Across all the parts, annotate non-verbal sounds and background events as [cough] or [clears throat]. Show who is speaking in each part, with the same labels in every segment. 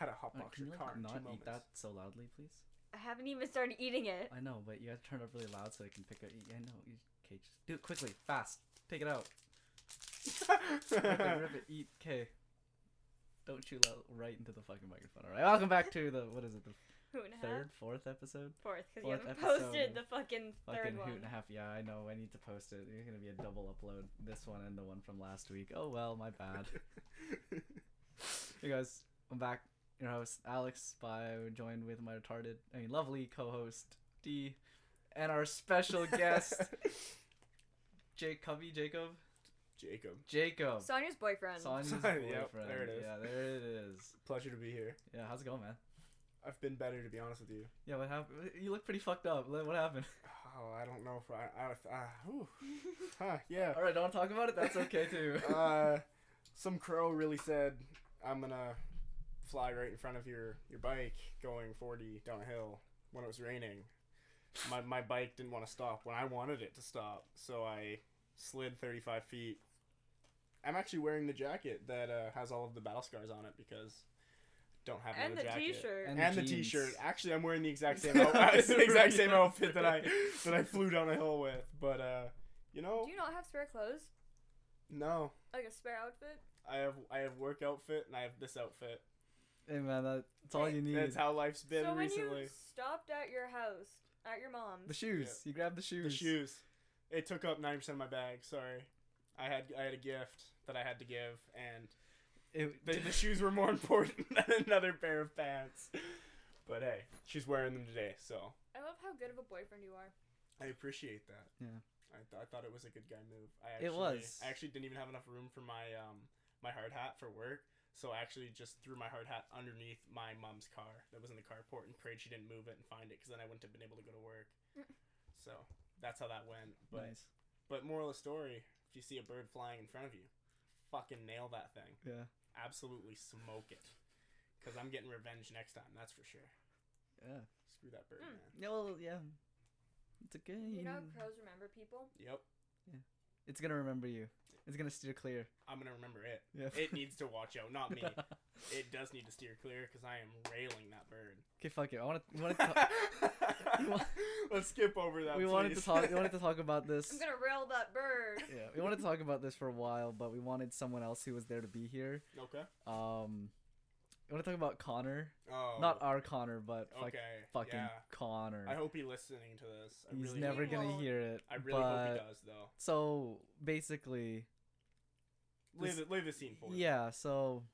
Speaker 1: locked
Speaker 2: Can
Speaker 1: your
Speaker 2: you
Speaker 1: car
Speaker 2: like,
Speaker 1: in two
Speaker 2: not eat
Speaker 1: moments.
Speaker 2: that so loudly, please?
Speaker 3: I haven't even started eating it.
Speaker 2: I know, but you have to turn it up really loud so I can pick it. I know. You, okay, just do it quickly, fast. Take it out. Rip
Speaker 1: [laughs]
Speaker 2: it, rip it, eat. Okay. Don't chew loud right into the fucking microphone. All right. Welcome back to the what is it? The
Speaker 3: Who and a half?
Speaker 2: third, fourth episode.
Speaker 3: Fourth, because you
Speaker 2: fourth
Speaker 3: haven't
Speaker 2: episode
Speaker 3: posted
Speaker 2: of
Speaker 3: the fucking
Speaker 2: Fucking
Speaker 3: third
Speaker 2: hoot and a
Speaker 3: one.
Speaker 2: half. Yeah, I know. I need to post it. It's gonna be a double upload. This one and the one from last week. Oh well, my bad. Hey guys, I'm back. Your host Alex Spy, joined with my retarded, I mean, lovely co-host D, and
Speaker 1: [laughs]
Speaker 2: our special guest Jake Covey. Jacob.
Speaker 1: Jacob,
Speaker 2: Jacob.
Speaker 3: Sonia's boyfriend. [laughs]
Speaker 2: Sonya's
Speaker 1: Sonya,
Speaker 2: boyfriend.
Speaker 1: yep, there it is.
Speaker 2: Yeah, there it is.
Speaker 1: pleasure to be here.
Speaker 2: Yeah, how's it going, man?
Speaker 1: I've been better to be honest with you.
Speaker 2: Yeah, what happened? You look pretty fucked up. Like, What happened? [laughs]
Speaker 1: Oh, I don't know if I, I, I whew. huh, yeah.
Speaker 2: All right, don't talk about it. That's okay too.
Speaker 1: [laughs] Uh, some crow really said, "I'm gonna fly right in front of your your bike going 40 down a hill when it was raining." My my bike didn't want to stop when I wanted it to stop, so I slid 35 feet. I'm actually wearing the jacket that uh, has all of the battle scars on it because I don't have
Speaker 3: and
Speaker 1: another
Speaker 3: the
Speaker 1: jacket.
Speaker 3: T-shirt.
Speaker 2: And-
Speaker 1: and, the
Speaker 2: jeans.
Speaker 1: t-shirt. Actually, I'm wearing the exact
Speaker 2: [laughs]
Speaker 1: same outfit, [laughs] it's the exact same outfit that I that I flew down a hill with. But uh, you know,
Speaker 3: Do you not have spare clothes?
Speaker 1: no,
Speaker 3: Like a spare outfit?
Speaker 1: I have I have work outfit and I have this outfit.
Speaker 2: hey man, that- that's all you need.
Speaker 1: That's how life's been
Speaker 3: so when
Speaker 1: recently.
Speaker 3: you stopped at your house, at your mom's,
Speaker 2: the shoes. You grab the shoes.
Speaker 1: The shoes. It took up 90% of my bag. Sorry. I had I had a gift that I had to give, and
Speaker 2: It-
Speaker 1: the, the shoes were more [laughs] important than another pair of pants. But hey, she's wearing them today, so
Speaker 3: I love how good of a boyfriend you are.
Speaker 1: I appreciate that.
Speaker 2: Yeah.
Speaker 1: I, th- I thought it was a good guy move. I actually,
Speaker 2: It was.
Speaker 1: I actually didn't even have enough room for my um my hard hat for work, so I actually just threw my hard hat underneath my mom's car that was in the carport and prayed she didn't move it and find it because then I wouldn't have been able to go to
Speaker 2: [laughs]
Speaker 1: work. so that's how that went. But
Speaker 2: Nice.
Speaker 1: but moral of the story: if you see a bird flying in front of you, fucking nail that thing.
Speaker 2: Yeah.
Speaker 1: Absolutely smoke it. Cause I'm getting revenge next time. That's for sure.
Speaker 2: Yeah.
Speaker 1: Screw that bird,
Speaker 3: Mm.
Speaker 1: man.
Speaker 2: Yeah. Well, yeah. It's okay.
Speaker 3: You know how
Speaker 2: Hmm.
Speaker 3: crows remember people?
Speaker 1: Yep.
Speaker 2: It's gonna remember you. It's gonna steer clear.
Speaker 1: I'm gonna remember
Speaker 2: [laughs]
Speaker 1: it.
Speaker 2: Yeah.
Speaker 1: It needs to watch out, not me.
Speaker 2: [laughs]
Speaker 1: It does need to steer clear because I am railing that bird.
Speaker 2: Okay, fuck it. I want
Speaker 1: [laughs]
Speaker 2: to. Want to wa-
Speaker 1: Let's skip over that.
Speaker 2: we wanted to
Speaker 1: please.
Speaker 2: talk. We
Speaker 1: [laughs]
Speaker 2: wanted to talk about this.
Speaker 3: I'm gonna rail that bird.
Speaker 2: [laughs] Yeah, we wanted to talk about this for a while, but we wanted someone else who was there to be here.
Speaker 1: [laughs] okay.
Speaker 2: Um, we want to talk about Connor,
Speaker 1: Oh,
Speaker 2: not our Connor, but fuck,
Speaker 1: okay.
Speaker 2: fucking
Speaker 1: yeah.
Speaker 2: Connor.
Speaker 1: I hope he's listening to this. I
Speaker 2: He's
Speaker 1: really
Speaker 2: never
Speaker 1: Hope,
Speaker 3: He
Speaker 2: gonna
Speaker 3: won't.
Speaker 2: hear it.
Speaker 1: I really hope he
Speaker 2: but-
Speaker 1: does though.
Speaker 2: So basically,
Speaker 1: Leave
Speaker 2: This-
Speaker 1: the, leave the scene for me.
Speaker 2: yeah. So,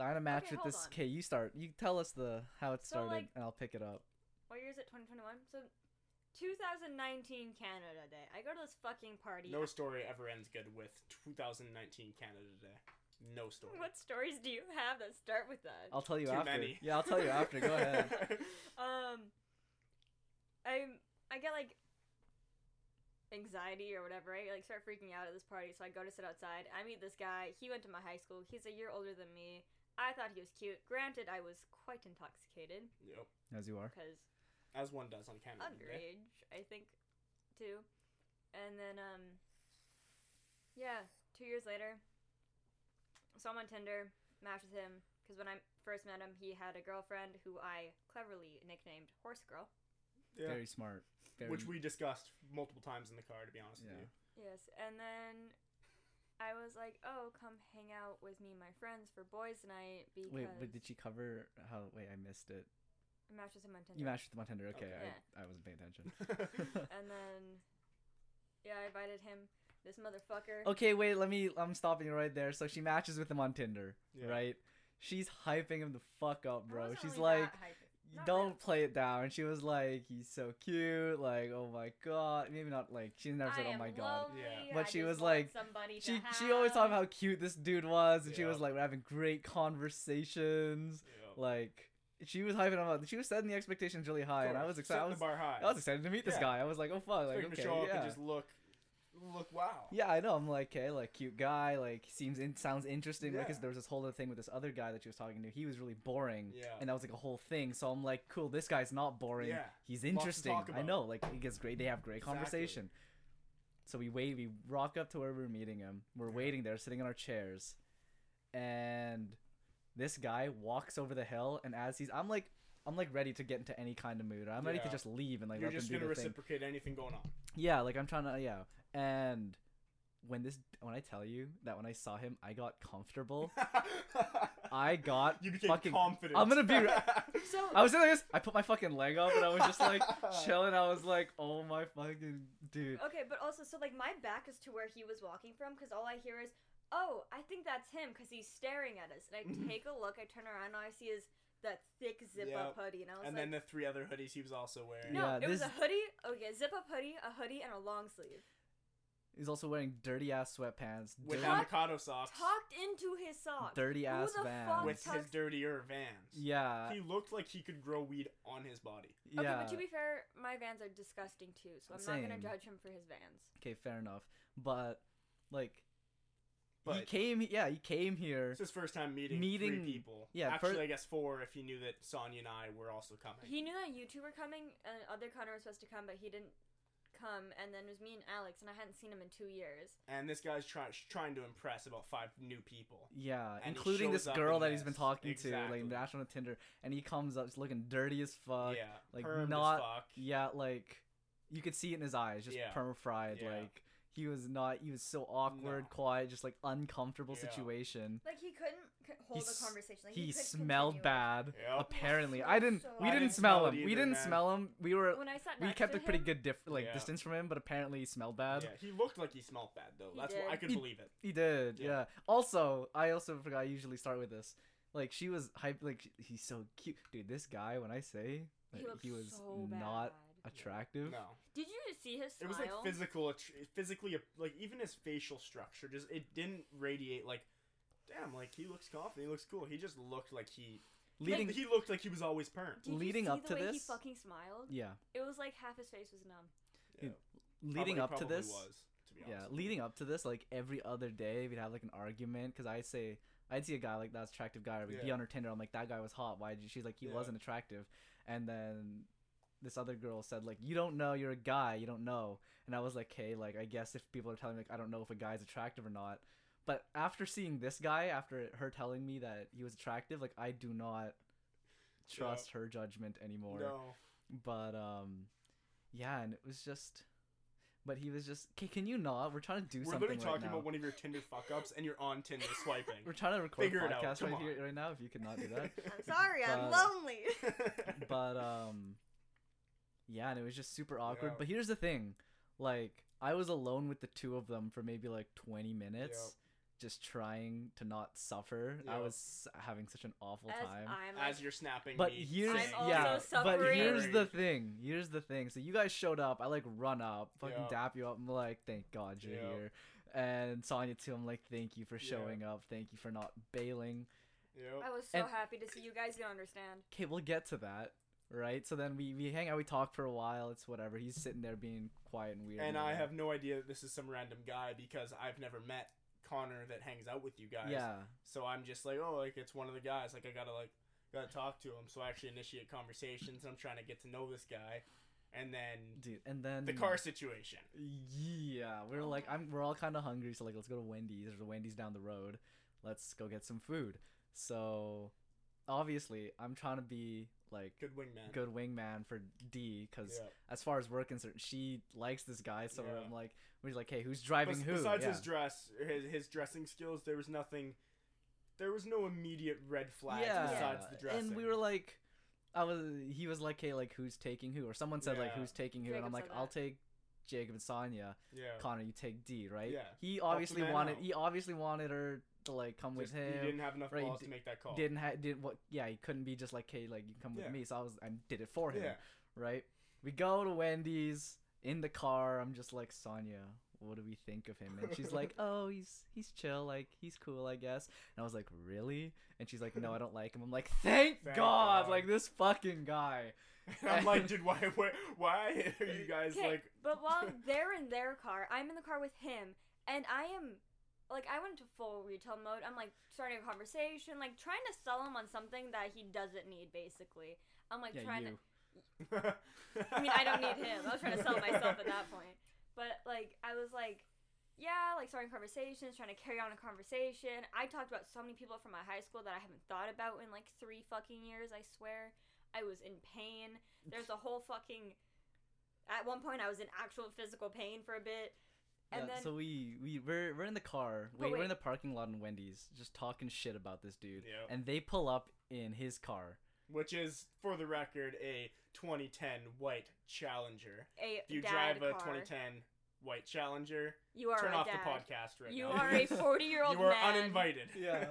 Speaker 2: I had a match
Speaker 3: Okay,
Speaker 2: with
Speaker 3: hold
Speaker 2: this.
Speaker 3: on.
Speaker 2: Okay, you start. You tell us the how it
Speaker 3: So,
Speaker 2: started,
Speaker 3: like-
Speaker 2: and I'll pick it up.
Speaker 3: What year is it? 2021. So, 2019 Canada Day. I go to this fucking party.
Speaker 1: No story ever ends good with 2019 Canada Day. No story.
Speaker 3: [laughs] What stories do you have that start with that?
Speaker 2: I'll tell you
Speaker 1: Too
Speaker 2: after.
Speaker 1: many.
Speaker 2: Yeah, I'll tell you after. Go
Speaker 1: [laughs]
Speaker 2: ahead.
Speaker 3: Um, I'm I get like anxiety or whatever. I like start freaking out at this party, so I go to sit outside. I meet this guy. He went to my high school. He's a year older than me. I thought he was cute. Granted, I was quite intoxicated
Speaker 1: yep.
Speaker 2: As you are.
Speaker 3: because
Speaker 1: As one does on Canada Day.
Speaker 3: underage, I think, too. And then, um, yeah, two years later, so I'm on Tinder, matched with him, because when I first met him, he had a girlfriend who I cleverly nicknamed Horse Girl.
Speaker 1: Yeah.
Speaker 2: Very smart. Very,
Speaker 1: Which we discussed multiple times in the car, to be honest with
Speaker 2: Yeah.
Speaker 1: you.
Speaker 3: Yes, and then I was like, oh, come hang out with me and my friends for boys' night, because
Speaker 2: Wait, but did she cover how? Wait, I missed it.
Speaker 3: I matched with him on Tinder.
Speaker 2: You matched with Montender. Okay,
Speaker 1: Okay.
Speaker 3: Yeah.
Speaker 2: I, I wasn't
Speaker 1: [laughs]
Speaker 2: paying attention.
Speaker 3: [laughs]
Speaker 2: [laughs]
Speaker 3: and then, yeah, I invited him, this motherfucker.
Speaker 2: okay, wait. Let me. I'm stopping you right there. So she matches with him on Tinder,
Speaker 1: Yeah.
Speaker 2: right? She's hyping him the fuck up,
Speaker 3: I
Speaker 2: bro.
Speaker 3: wasn't
Speaker 2: She's
Speaker 3: really
Speaker 2: like,
Speaker 3: that hyped.
Speaker 2: "You
Speaker 3: not
Speaker 2: "Don't
Speaker 3: really.
Speaker 2: play it down." She was like, "He's so cute." Like, "Oh my god." Maybe not like she never said,
Speaker 3: I
Speaker 2: "Oh
Speaker 3: am
Speaker 2: my god."
Speaker 3: lonely,
Speaker 1: Yeah.
Speaker 2: But
Speaker 3: I
Speaker 2: she
Speaker 3: just
Speaker 2: was
Speaker 3: want
Speaker 2: like-
Speaker 3: somebody to
Speaker 2: She she always talked about
Speaker 3: have.
Speaker 2: how cute this dude was, and she
Speaker 1: Yeah.
Speaker 2: was like, "We're having great conversations."
Speaker 1: Yeah.
Speaker 2: Like, she was hyping him up. She was setting the expectations really high, and I was excited. I
Speaker 1: Setting
Speaker 2: was,
Speaker 1: the bar high.
Speaker 2: I was excited to meet this
Speaker 1: Yeah.
Speaker 2: guy. I was like, "Oh fuck!" Like,
Speaker 1: Expecting to
Speaker 2: okay,
Speaker 1: show up
Speaker 2: yeah.
Speaker 1: and just look, look wow.
Speaker 2: Yeah, I know. I'm like, okay, like cute guy, like seems in sounds interesting. Like, 'cause
Speaker 1: Yeah.
Speaker 2: there was this whole other thing with this other guy that she was talking to. He was really boring.
Speaker 1: Yeah.
Speaker 2: And that was like a whole thing. So I'm like, cool, this guy's not boring.
Speaker 1: Yeah.
Speaker 2: He's
Speaker 1: Lots to
Speaker 2: interesting.
Speaker 1: talk
Speaker 2: I
Speaker 1: about.
Speaker 2: know. Like he gets great they have great
Speaker 1: Exactly.
Speaker 2: conversation. So we wait we rock up to where we we're meeting him. We're waiting there, sitting in our chairs. And This guy walks over the hill, and as he's, I'm like, I'm like ready to get into any kind of mood. I'm ready to
Speaker 1: Yeah.
Speaker 2: just leave and like
Speaker 1: You're
Speaker 2: let them
Speaker 1: just
Speaker 2: do
Speaker 1: gonna
Speaker 2: their thing.
Speaker 1: reciprocate anything going on.
Speaker 2: Yeah, like I'm trying to yeah. And when this when I tell you that when I saw him, I got comfortable. I
Speaker 1: [laughs]
Speaker 2: got
Speaker 1: you became
Speaker 2: fucking-
Speaker 1: confident.
Speaker 2: I'm gonna
Speaker 1: [laughs]
Speaker 2: be
Speaker 3: So
Speaker 2: I was like this. I put my fucking leg up and I was
Speaker 1: [laughs]
Speaker 2: just like chilling. I was like, oh my fucking dude.
Speaker 3: okay, but also so like my back is to where he was walking from because all I hear is, oh, I think that's him because he's staring at
Speaker 2: [laughs]
Speaker 3: us. And I
Speaker 1: Mhm.
Speaker 3: take a look, I turn around, all I see is that thick zip up hoodie, and I was
Speaker 1: and
Speaker 3: like.
Speaker 1: then the three other hoodies he was also wearing.
Speaker 3: no,
Speaker 2: Yeah,
Speaker 3: it was
Speaker 2: this-
Speaker 3: a hoodie. Okay, zip up hoodie, a hoodie, and a long sleeve.
Speaker 2: He's also wearing dirty ass sweatpants,
Speaker 1: With
Speaker 2: dirty,
Speaker 3: Tuck-
Speaker 1: avocado socks.
Speaker 3: Tucked into his sock.
Speaker 2: dirty
Speaker 3: Who
Speaker 2: ass
Speaker 3: the
Speaker 2: vans.
Speaker 3: fuck
Speaker 1: with his
Speaker 3: tucks-
Speaker 1: dirtier vans.
Speaker 2: yeah,
Speaker 1: He looked like he could grow weed on his body.
Speaker 2: yeah.
Speaker 3: Okay, but to be fair, my vans are disgusting too, so I'm not
Speaker 2: Same.
Speaker 3: gonna judge him for his vans.
Speaker 2: okay, fair enough. But like, he
Speaker 1: But-
Speaker 2: came. Yeah, he came here.
Speaker 1: It's his first time meeting,
Speaker 2: Meeting-
Speaker 1: three people.
Speaker 2: yeah,
Speaker 1: actually,
Speaker 2: fir-
Speaker 1: I guess four if he knew that Sonya and I were also coming.
Speaker 3: He knew that you two were coming, and other Connor was supposed to come, but he didn't come. And then it was me and Alex, and I hadn't seen him in two years.
Speaker 1: and this guy's trying trying to impress about five new people.
Speaker 2: Yeah,
Speaker 1: And he
Speaker 2: including this
Speaker 1: shows up
Speaker 2: girl
Speaker 1: in
Speaker 2: that he's been
Speaker 1: this.
Speaker 2: talking to,
Speaker 1: Exactly.
Speaker 2: like national Tinder, and he comes up just looking dirty as fuck.
Speaker 1: yeah,
Speaker 2: like,
Speaker 1: permed as
Speaker 2: not-
Speaker 1: fuck.
Speaker 2: Yeah, like you could see it in his eyes, just
Speaker 1: Yeah.
Speaker 2: perma fried.
Speaker 1: Yeah.
Speaker 2: Like he was not. He was so awkward,
Speaker 1: No.
Speaker 2: quiet, just like uncomfortable
Speaker 1: Yeah.
Speaker 2: situation.
Speaker 3: Like he couldn't c- hold
Speaker 2: He's-
Speaker 3: a conversation. Like,
Speaker 2: he
Speaker 3: he, couldn't
Speaker 2: smelled
Speaker 3: continue.
Speaker 2: bad.
Speaker 1: Yep.
Speaker 2: Apparently,
Speaker 3: He
Speaker 2: I
Speaker 3: was
Speaker 2: didn't.
Speaker 3: so
Speaker 2: We
Speaker 1: I
Speaker 2: didn't
Speaker 1: didn't
Speaker 2: smell
Speaker 1: smell
Speaker 2: him.
Speaker 1: it
Speaker 2: we
Speaker 1: either,
Speaker 2: didn't
Speaker 1: man.
Speaker 2: smell him. We were.
Speaker 3: When I sat
Speaker 2: We
Speaker 3: next
Speaker 2: kept
Speaker 3: to
Speaker 2: a pretty
Speaker 3: him,
Speaker 2: good diff- like
Speaker 1: Yeah.
Speaker 2: distance from him, but apparently he smelled bad.
Speaker 1: Yeah, he looked like he smelled bad though.
Speaker 3: He
Speaker 1: That's
Speaker 3: did.
Speaker 1: why I could
Speaker 2: He-
Speaker 1: believe it.
Speaker 2: He did, yeah.
Speaker 1: Yeah.
Speaker 2: Also, I also forgot. I usually start with this. Like she was hype. Like she- he's so cute, dude. This guy, when I say that
Speaker 3: He looked
Speaker 2: he was
Speaker 3: so
Speaker 2: not
Speaker 3: bad.
Speaker 2: attractive,
Speaker 1: No,
Speaker 3: Did you see his
Speaker 1: it
Speaker 3: smile?
Speaker 1: was like physical, physically, like even his facial structure just it didn't radiate like, damn, like he looks confident, he looks cool. He just looked like he
Speaker 2: leading,
Speaker 1: he looked like he was always permed.
Speaker 3: Did
Speaker 2: leading
Speaker 3: you see
Speaker 2: up
Speaker 3: the
Speaker 2: to
Speaker 3: way he
Speaker 2: this-
Speaker 3: fucking smiled.
Speaker 2: yeah,
Speaker 3: It was like half his face was
Speaker 2: [laughs]
Speaker 3: numb.
Speaker 2: leading
Speaker 1: Probably-
Speaker 2: up to
Speaker 1: probably
Speaker 2: this,
Speaker 1: was, to be
Speaker 2: yeah,
Speaker 1: honest.
Speaker 2: leading up to this, like every other day we'd have like an argument because I'd say I'd see a guy like that's attractive guy, or we'd be
Speaker 1: Yeah.
Speaker 2: on her Tinder. I'm like that guy was hot. Why? did you-" She's like he
Speaker 1: Yeah.
Speaker 2: wasn't attractive, and then this other girl said like you don't know you're a guy you don't know and i was like hey like i guess if people are telling me like i don't know if a guy's attractive or not but after seeing this guy after her telling me that he was attractive like i do not trust her judgment anymore
Speaker 1: No,
Speaker 2: but um yeah and it was just but he was just okay can you not we're trying to do
Speaker 1: we're
Speaker 2: something
Speaker 1: literally
Speaker 2: right
Speaker 1: talking
Speaker 2: now.
Speaker 1: about one of your Tinder fuck ups, and you're on Tinder swiping.
Speaker 2: we're trying to record a
Speaker 1: Figure it out,
Speaker 2: podcast
Speaker 1: come
Speaker 2: right
Speaker 1: on.
Speaker 2: here right now if you could not
Speaker 1: [laughs]
Speaker 2: do that
Speaker 3: I'm sorry,
Speaker 2: But-
Speaker 3: I'm lonely.
Speaker 2: but um yeah and it was just super awkward
Speaker 1: Yeah.
Speaker 2: but here's the thing like i was alone with the two of them for maybe like 20 minutes just trying to not suffer i
Speaker 1: Yep.
Speaker 2: was s- having such an awful
Speaker 3: As
Speaker 2: time
Speaker 3: I'm like,
Speaker 1: as you're snapping.
Speaker 2: but
Speaker 1: me
Speaker 2: here's
Speaker 3: I'm also
Speaker 2: yeah but
Speaker 3: suffering.
Speaker 2: here's the thing here's the thing so you guys showed up i like run up fucking
Speaker 1: Yep.
Speaker 2: dap you up i'm like thank god you're
Speaker 1: Yep.
Speaker 2: here and sonya too i'm like thank you for
Speaker 1: Yeah.
Speaker 2: showing up thank you for not bailing
Speaker 1: Yep.
Speaker 3: I was so
Speaker 2: and-
Speaker 3: happy to see you guys. You don't understand.
Speaker 2: okay, we'll get to that, right? So then we, we hang out, we talk for a while. It's whatever. He's sitting there being quiet and weird.
Speaker 1: and I
Speaker 2: whatever.
Speaker 1: have no idea that this is some random guy because I've never met Connor that hangs out with you guys.
Speaker 2: yeah,
Speaker 1: So I'm just like, oh, like it's one of the guys. Like I gotta like gotta talk to him. So I actually initiate conversations. I'm trying to get to know this guy, and then
Speaker 2: dude. And then
Speaker 1: the car situation.
Speaker 2: Yeah, we're like I'm. We're all kind of hungry, so like let's go to Wendy's. There's a Wendy's down the road. Let's go get some food. So obviously, I'm trying to be like
Speaker 1: Good wingman.
Speaker 2: good wingman for D because
Speaker 1: Yeah.
Speaker 2: as far as we're concerned, she likes this guy. So
Speaker 1: Yeah.
Speaker 2: I'm like, we're like, hey, who's driving
Speaker 1: Bes-
Speaker 2: who?
Speaker 1: Besides
Speaker 2: yeah.
Speaker 1: his dress, his, his dressing skills, there was nothing. There was no immediate red flags besides the dressing.
Speaker 2: And we were like, I was, he was like, hey, like who's taking who, or someone said like
Speaker 1: Yeah.
Speaker 2: who's taking who, and I'm
Speaker 3: Jacob
Speaker 2: like,
Speaker 3: said
Speaker 2: I'll
Speaker 3: that.
Speaker 2: take Jacob and Sonia.
Speaker 1: yeah,
Speaker 2: Connor, you take D, right?
Speaker 1: Yeah.
Speaker 2: He obviously
Speaker 1: man
Speaker 2: wanted,
Speaker 1: out.
Speaker 2: he obviously wanted her to like come
Speaker 1: Just-
Speaker 2: with
Speaker 1: he
Speaker 2: him.
Speaker 1: didn't have enough
Speaker 2: right,
Speaker 1: balls
Speaker 2: d-
Speaker 1: to make that call.
Speaker 2: Didn't ha- did what? Yeah, he couldn't be just like, hey, like you come
Speaker 1: Yeah.
Speaker 2: with me. So I was, I did it for him,
Speaker 1: yeah,
Speaker 2: right? We go to Wendy's in the car. I'm just like Sonia. What do we think of him? And
Speaker 1: [laughs]
Speaker 2: she's like, "Oh, he's he's chill. Like he's cool, I guess." And I was like, "Really?" And she's like, "No, I don't like him." I'm like, "Thank,
Speaker 1: Thank
Speaker 2: God.
Speaker 1: God.
Speaker 2: Like this fucking guy.
Speaker 1: And [laughs] I'm like, dude, why, why, why are you guys
Speaker 3: Okay, [laughs]
Speaker 1: like? [laughs]
Speaker 3: but while they're in their car, I'm in the car with him, and I am like I went to full retail mode. I'm like starting a conversation, like trying to sell him on something that he doesn't need. Basically, I'm like
Speaker 2: yeah,
Speaker 3: trying
Speaker 2: you.
Speaker 3: to. I mean, I don't need him. I was trying to sell myself at that point, but like I was like, yeah, like starting conversations, trying to carry on a conversation. I talked about so many people from my high school that I haven't thought about in like three fucking years, I swear. I was in pain. There's a whole fucking. At one point, I was in actual physical pain for a bit.
Speaker 2: Yeah,
Speaker 3: And then.
Speaker 2: so we we we're, we're in the car.
Speaker 3: But
Speaker 2: Wait, we're
Speaker 3: wait.
Speaker 2: in the parking lot in Wendy's, just talking shit about this dude.
Speaker 1: Yep.
Speaker 2: And they pull up in his car.
Speaker 1: [laughs] Which is, for the record, a 2010 white Challenger.
Speaker 3: a
Speaker 1: If you
Speaker 3: dad
Speaker 1: drive a
Speaker 3: car.
Speaker 1: 2010 white Challenger,
Speaker 3: you are
Speaker 1: turn
Speaker 3: a
Speaker 1: off
Speaker 3: dad.
Speaker 1: the podcast right
Speaker 3: you
Speaker 1: now. [laughs]
Speaker 3: are a 40 year old
Speaker 1: you are
Speaker 3: man.
Speaker 1: uninvited. [laughs]
Speaker 2: Yeah,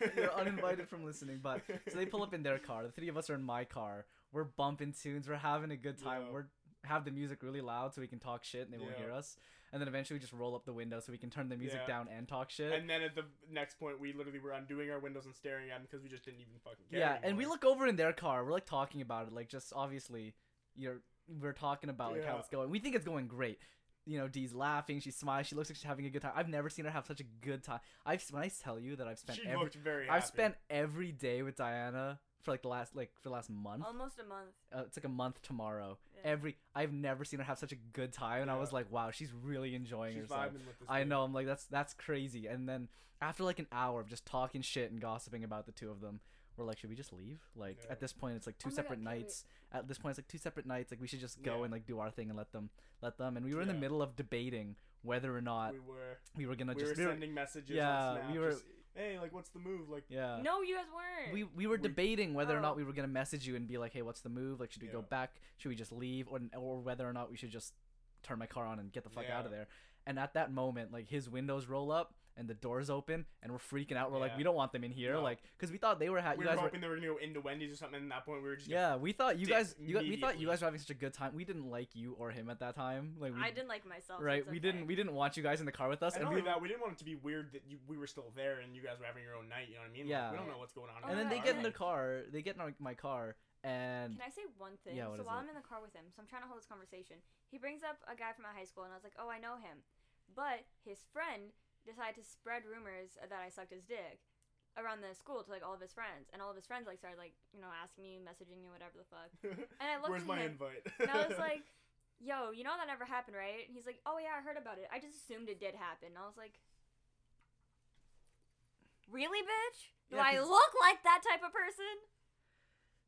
Speaker 2: [laughs] You're uninvited from listening, but so they pull up in their car. The three of us are in my car. We're bumping tunes. We're having a good time.
Speaker 1: Yeah.
Speaker 2: We're have the music really loud so we can talk shit and they won't
Speaker 1: Yeah.
Speaker 2: hear us. And then eventually we just roll up the window so we can turn the music
Speaker 1: Yeah.
Speaker 2: down and talk shit.
Speaker 1: And then at the next point, we literally were undoing our windows and staring at them because we just didn't even fucking care.
Speaker 2: yeah, and we
Speaker 1: anymore.
Speaker 2: look over in their car. We're like talking about it, like just obviously, you're we're talking about like how
Speaker 1: Yeah.
Speaker 2: it's going. We think it's going great. You know, Dee's laughing. She smiles. She looks like she's having a good time. I've never seen her have such a good time. I've when I tell you that I've spent
Speaker 1: She
Speaker 2: every
Speaker 1: looked very.
Speaker 2: I've
Speaker 1: happy.
Speaker 2: spent every day with Diana for like the last like for the last month.
Speaker 3: Almost a month.
Speaker 2: uh, it's like a month tomorrow.
Speaker 3: Um, Yeah.
Speaker 2: Every I've never seen her have such a good time, and I
Speaker 1: Yeah.
Speaker 2: was like, wow, she's really enjoying
Speaker 1: She's
Speaker 2: herself.
Speaker 1: vibing with this.
Speaker 2: I
Speaker 1: dude.
Speaker 2: know. I'm like, that's that's crazy. And then after like an hour of just talking shit and gossiping about the two of them, we're like, should we just leave? Like
Speaker 1: Yeah.
Speaker 2: at this point, it's like two
Speaker 3: Oh my God,
Speaker 2: separate
Speaker 3: can't wait.
Speaker 2: nights. At this point, it's like two separate nights. Like we should just go
Speaker 1: Yeah.
Speaker 2: and like do our thing and let them let them. And we were in the
Speaker 1: Yeah.
Speaker 2: middle of debating whether or not
Speaker 1: We were.
Speaker 2: we were gonna
Speaker 1: We were
Speaker 2: just we were-
Speaker 1: sending messages.
Speaker 2: yeah
Speaker 1: on Snap,
Speaker 2: we were Uh,
Speaker 1: just, hey, like, what's the move? Like,
Speaker 2: yeah
Speaker 3: no, you guys weren't.
Speaker 2: we we were
Speaker 1: We-
Speaker 2: debating whether or not
Speaker 3: Oh.
Speaker 2: we were gonna message you and be like, hey, what's the move? Like, should we go
Speaker 1: Yeah.
Speaker 2: back? Should we just leave, or or whether or not we should just turn my car on and get the fuck out of
Speaker 1: Yeah.
Speaker 2: there? And at that moment, like his windows roll up and the doors open, and we're freaking out. We're like,
Speaker 1: Yeah.
Speaker 2: we don't want them in here,
Speaker 1: No.
Speaker 2: like, because we thought they were. Ha-
Speaker 1: we
Speaker 2: you
Speaker 1: were
Speaker 2: guys were.
Speaker 1: hoping they were gonna go into Wendy's or something. And at that point, we were just
Speaker 2: Yeah, we thought you
Speaker 1: dick
Speaker 2: guys. You, guys- we thought
Speaker 1: immediately.
Speaker 2: you guys were having such a good time. We didn't like you or him at that time. Like, we,
Speaker 3: I didn't like myself.
Speaker 2: Right,
Speaker 3: it's
Speaker 2: we
Speaker 3: okay.
Speaker 2: didn't. We didn't want you guys in the car with us,
Speaker 1: And
Speaker 2: and
Speaker 1: not
Speaker 2: we
Speaker 1: only that, we didn't want it to be weird that you, we were still there and you guys were having your own night. You know what I mean? Like,
Speaker 2: Yeah.
Speaker 1: we don't know what's going on.
Speaker 2: and
Speaker 3: Oh,
Speaker 2: then
Speaker 1: the
Speaker 2: they
Speaker 3: no,
Speaker 2: get in
Speaker 3: alright.
Speaker 2: their car. They get in our- my car, and
Speaker 3: Can I say one thing?
Speaker 2: Yeah, what
Speaker 3: so
Speaker 2: is
Speaker 3: while
Speaker 2: it?
Speaker 3: I'm in the car with him, so I'm trying to hold this conversation. He brings up a guy from my high school, and I was like, "Oh, I know him," but his friend decided to spread rumors that I sucked his dick around the school to like all of his friends, and all of his friends like started like you know asking me, messaging me, whatever the fuck.
Speaker 1: car.
Speaker 3: And I
Speaker 1: [laughs]
Speaker 3: looked
Speaker 1: Where's
Speaker 3: at
Speaker 1: my
Speaker 3: him,
Speaker 1: invite? [laughs]
Speaker 3: and I was like, "Yo, you know that never happened, right?" And he's like, "Oh yeah, I heard about it. I just assumed it did happen." And I was like, "Really, bitch? Do
Speaker 2: Yeah,
Speaker 3: I
Speaker 2: 'cause-
Speaker 3: look like that type of person?"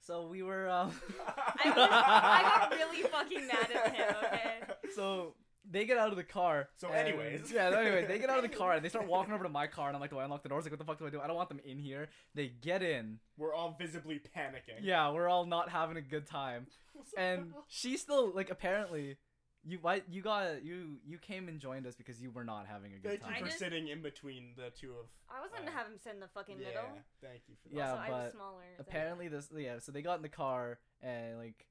Speaker 2: so we were. Um,
Speaker 3: [laughs] I, was, I got really fucking mad at him. Okay.
Speaker 2: so they get out of the car.
Speaker 1: So
Speaker 2: and-
Speaker 1: anyways.
Speaker 2: [laughs] yeah. so Anyway, they get out of the car and they
Speaker 1: [laughs]
Speaker 2: start walking over to my car, and I'm like, "Do I unlock the doors? Like, what the fuck do I do? I don't want them in here." They get in.
Speaker 1: We're all visibly panicking. [laughs]
Speaker 2: Yeah, we're all not having a good time,
Speaker 1: What's up, [laughs]
Speaker 2: and
Speaker 1: bro?
Speaker 2: she still like apparently. You why you got you you came and joined us because you were not having a good
Speaker 1: thank
Speaker 2: time.
Speaker 1: you for
Speaker 3: I just-
Speaker 1: sitting in between the two of.
Speaker 3: I was gonna
Speaker 1: Uh,
Speaker 3: have him sit in the fucking
Speaker 1: yeah,
Speaker 3: middle.
Speaker 1: thank you for that.
Speaker 2: Yeah,
Speaker 3: also, I
Speaker 2: but
Speaker 3: was smaller. than-
Speaker 2: apparently this yeah so they got in the car and like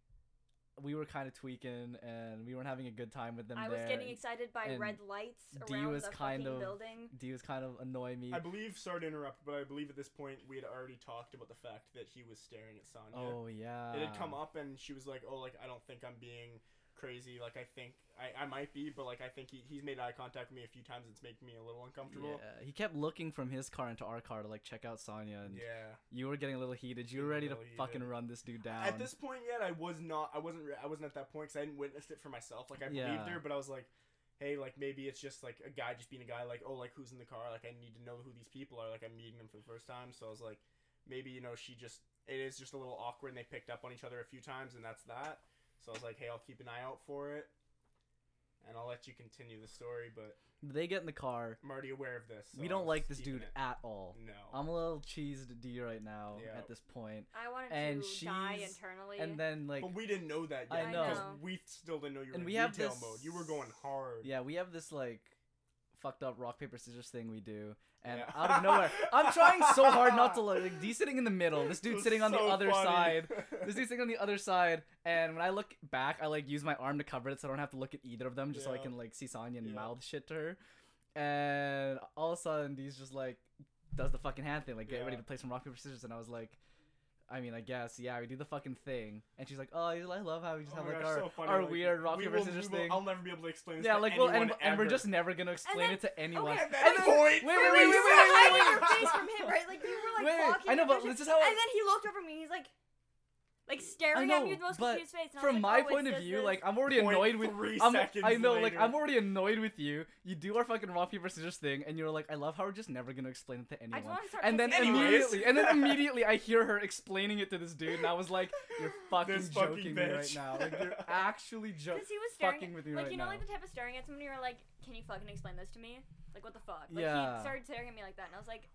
Speaker 2: we were kind of tweaking and we weren't having a good time with them
Speaker 3: I
Speaker 2: there.
Speaker 3: was getting excited by
Speaker 2: and
Speaker 3: red lights
Speaker 2: Dee
Speaker 3: around
Speaker 2: was
Speaker 3: the
Speaker 2: kind
Speaker 3: fucking
Speaker 2: of-
Speaker 3: building.
Speaker 2: D was kind of annoying me.
Speaker 1: I believe. Sorry to interrupt, but I believe at this point we had already talked about the fact that he was staring at Sonya.
Speaker 2: oh yeah.
Speaker 1: it had come up and she was like oh like i don't think i'm being crazy like i think i, I might be but like i think he, he's made eye contact with me a few times it's making me a little uncomfortable
Speaker 2: Yeah, he kept looking from his car into our car to like check out Sonya, and
Speaker 1: yeah.
Speaker 2: you were getting a little heated.
Speaker 1: Getting
Speaker 2: You were
Speaker 1: a
Speaker 2: ready to
Speaker 1: little
Speaker 2: fucking
Speaker 1: heated.
Speaker 2: run this dude down.
Speaker 1: At this point, yet I was not. I wasn't. re- I wasn't at that point because I hadn't witnessed it for myself. Like I
Speaker 2: Yeah.
Speaker 1: believed her, but I was like, "Hey, like maybe it's just like a guy just being a guy. Like oh, like who's in the car? Like I need to know who these people are. Like I'm meeting them for the first time. So I was like, maybe you know she just. It is just a little awkward, and they picked up on each other a few times, and that's that. So I was like, "Hey, I'll keep an eye out for it, and I'll let you continue the story." But
Speaker 2: they get in the car.
Speaker 1: I'm already aware of this. so
Speaker 2: we
Speaker 1: I'm
Speaker 2: don't like this
Speaker 1: keeping
Speaker 2: dude
Speaker 1: it.
Speaker 2: at all.
Speaker 1: No.
Speaker 2: I'm a little cheesed D right now
Speaker 1: Yeah.
Speaker 2: at this point.
Speaker 3: I wanted
Speaker 2: and
Speaker 3: to die
Speaker 2: she's-
Speaker 3: internally.
Speaker 2: And then like
Speaker 1: but we didn't know that yet.
Speaker 2: I
Speaker 1: Because
Speaker 3: know.
Speaker 1: we still didn't know you were
Speaker 2: And
Speaker 1: in
Speaker 2: we
Speaker 1: retail
Speaker 2: have this-
Speaker 1: mode. You were going hard.
Speaker 2: yeah, we have this like fucked up rock paper scissors thing we do and
Speaker 1: Yeah.
Speaker 2: out of nowhere i'm trying so hard
Speaker 1: [laughs]
Speaker 2: not to look like d sitting in the middle this
Speaker 1: It
Speaker 2: dude
Speaker 1: was
Speaker 2: sitting on the
Speaker 1: so
Speaker 2: other
Speaker 1: funny. [laughs]
Speaker 2: side this dude's sitting on the other side, and when I look back, I like use my arm to cover it, so I don't have to look at either of them, just so I
Speaker 1: Yeah.
Speaker 2: can like see Sonya and
Speaker 1: Yeah.
Speaker 2: mouth shit to her. And all of a sudden, he's just like does the fucking hand thing, like get ready
Speaker 1: Yeah.
Speaker 2: to play some rock paper scissors, and I was like. I mean, I guess, yeah, we do the fucking thing. And she's like, oh, I love how we just
Speaker 1: Oh
Speaker 2: have,
Speaker 1: my
Speaker 2: like,
Speaker 1: gosh,
Speaker 2: our,
Speaker 1: so funny,
Speaker 2: our
Speaker 1: like,
Speaker 2: weird rock,
Speaker 1: we
Speaker 2: paper,
Speaker 1: will-
Speaker 2: scissors
Speaker 1: we will-
Speaker 2: thing.
Speaker 1: I'll never be able to explain this
Speaker 2: yeah,
Speaker 1: to
Speaker 2: like, well, and,
Speaker 1: anyone
Speaker 2: and we're
Speaker 1: ever.
Speaker 2: just never gonna explain
Speaker 3: then-
Speaker 2: it to anyone.
Speaker 1: Okay, at
Speaker 2: And
Speaker 1: that
Speaker 2: then-
Speaker 1: point,
Speaker 2: wait,
Speaker 3: Wait,
Speaker 2: wait, wait, wait, wait,
Speaker 3: you were
Speaker 2: wait,
Speaker 3: hiding
Speaker 2: wait,
Speaker 3: your face from him, right? Like you were like
Speaker 2: Wait, wait,
Speaker 3: blocking
Speaker 2: I know,
Speaker 3: the
Speaker 2: but
Speaker 3: vision.
Speaker 2: this is how I-
Speaker 3: And then he looked over at me. and He's like, Like staring
Speaker 2: know,
Speaker 3: at me with the most
Speaker 2: but
Speaker 3: confused face. And I was
Speaker 2: From
Speaker 3: like,
Speaker 2: my
Speaker 3: "Oh, it
Speaker 2: point of
Speaker 3: says
Speaker 2: view,
Speaker 3: this."
Speaker 2: like I'm already
Speaker 1: Point
Speaker 2: annoyed with.
Speaker 1: three
Speaker 2: I'm,
Speaker 1: seconds
Speaker 2: I know, like
Speaker 1: later.
Speaker 2: I'm already annoyed with you. You do our fucking rock paper scissors thing, and you're like, I love how we're just never gonna explain it to
Speaker 3: I
Speaker 2: anyone.
Speaker 3: just want to start
Speaker 2: And then
Speaker 3: kissing
Speaker 1: Anyways.
Speaker 2: [laughs]
Speaker 3: everyone.
Speaker 2: immediately, and then immediately, I hear her explaining it to this dude, and I was like, "You're fucking
Speaker 1: [laughs] This fucking
Speaker 2: joking me right
Speaker 1: bitch.
Speaker 2: now. Like
Speaker 1: [laughs]
Speaker 2: you're actually joking."
Speaker 3: Because he was staring.
Speaker 2: fucking with me
Speaker 3: like
Speaker 2: right
Speaker 3: you know,
Speaker 2: now.
Speaker 3: like the type of staring at someone you're like, "Can you fucking explain this to me? Like what the fuck?" Like
Speaker 2: Yeah.
Speaker 3: he started staring at me like that, and I was like,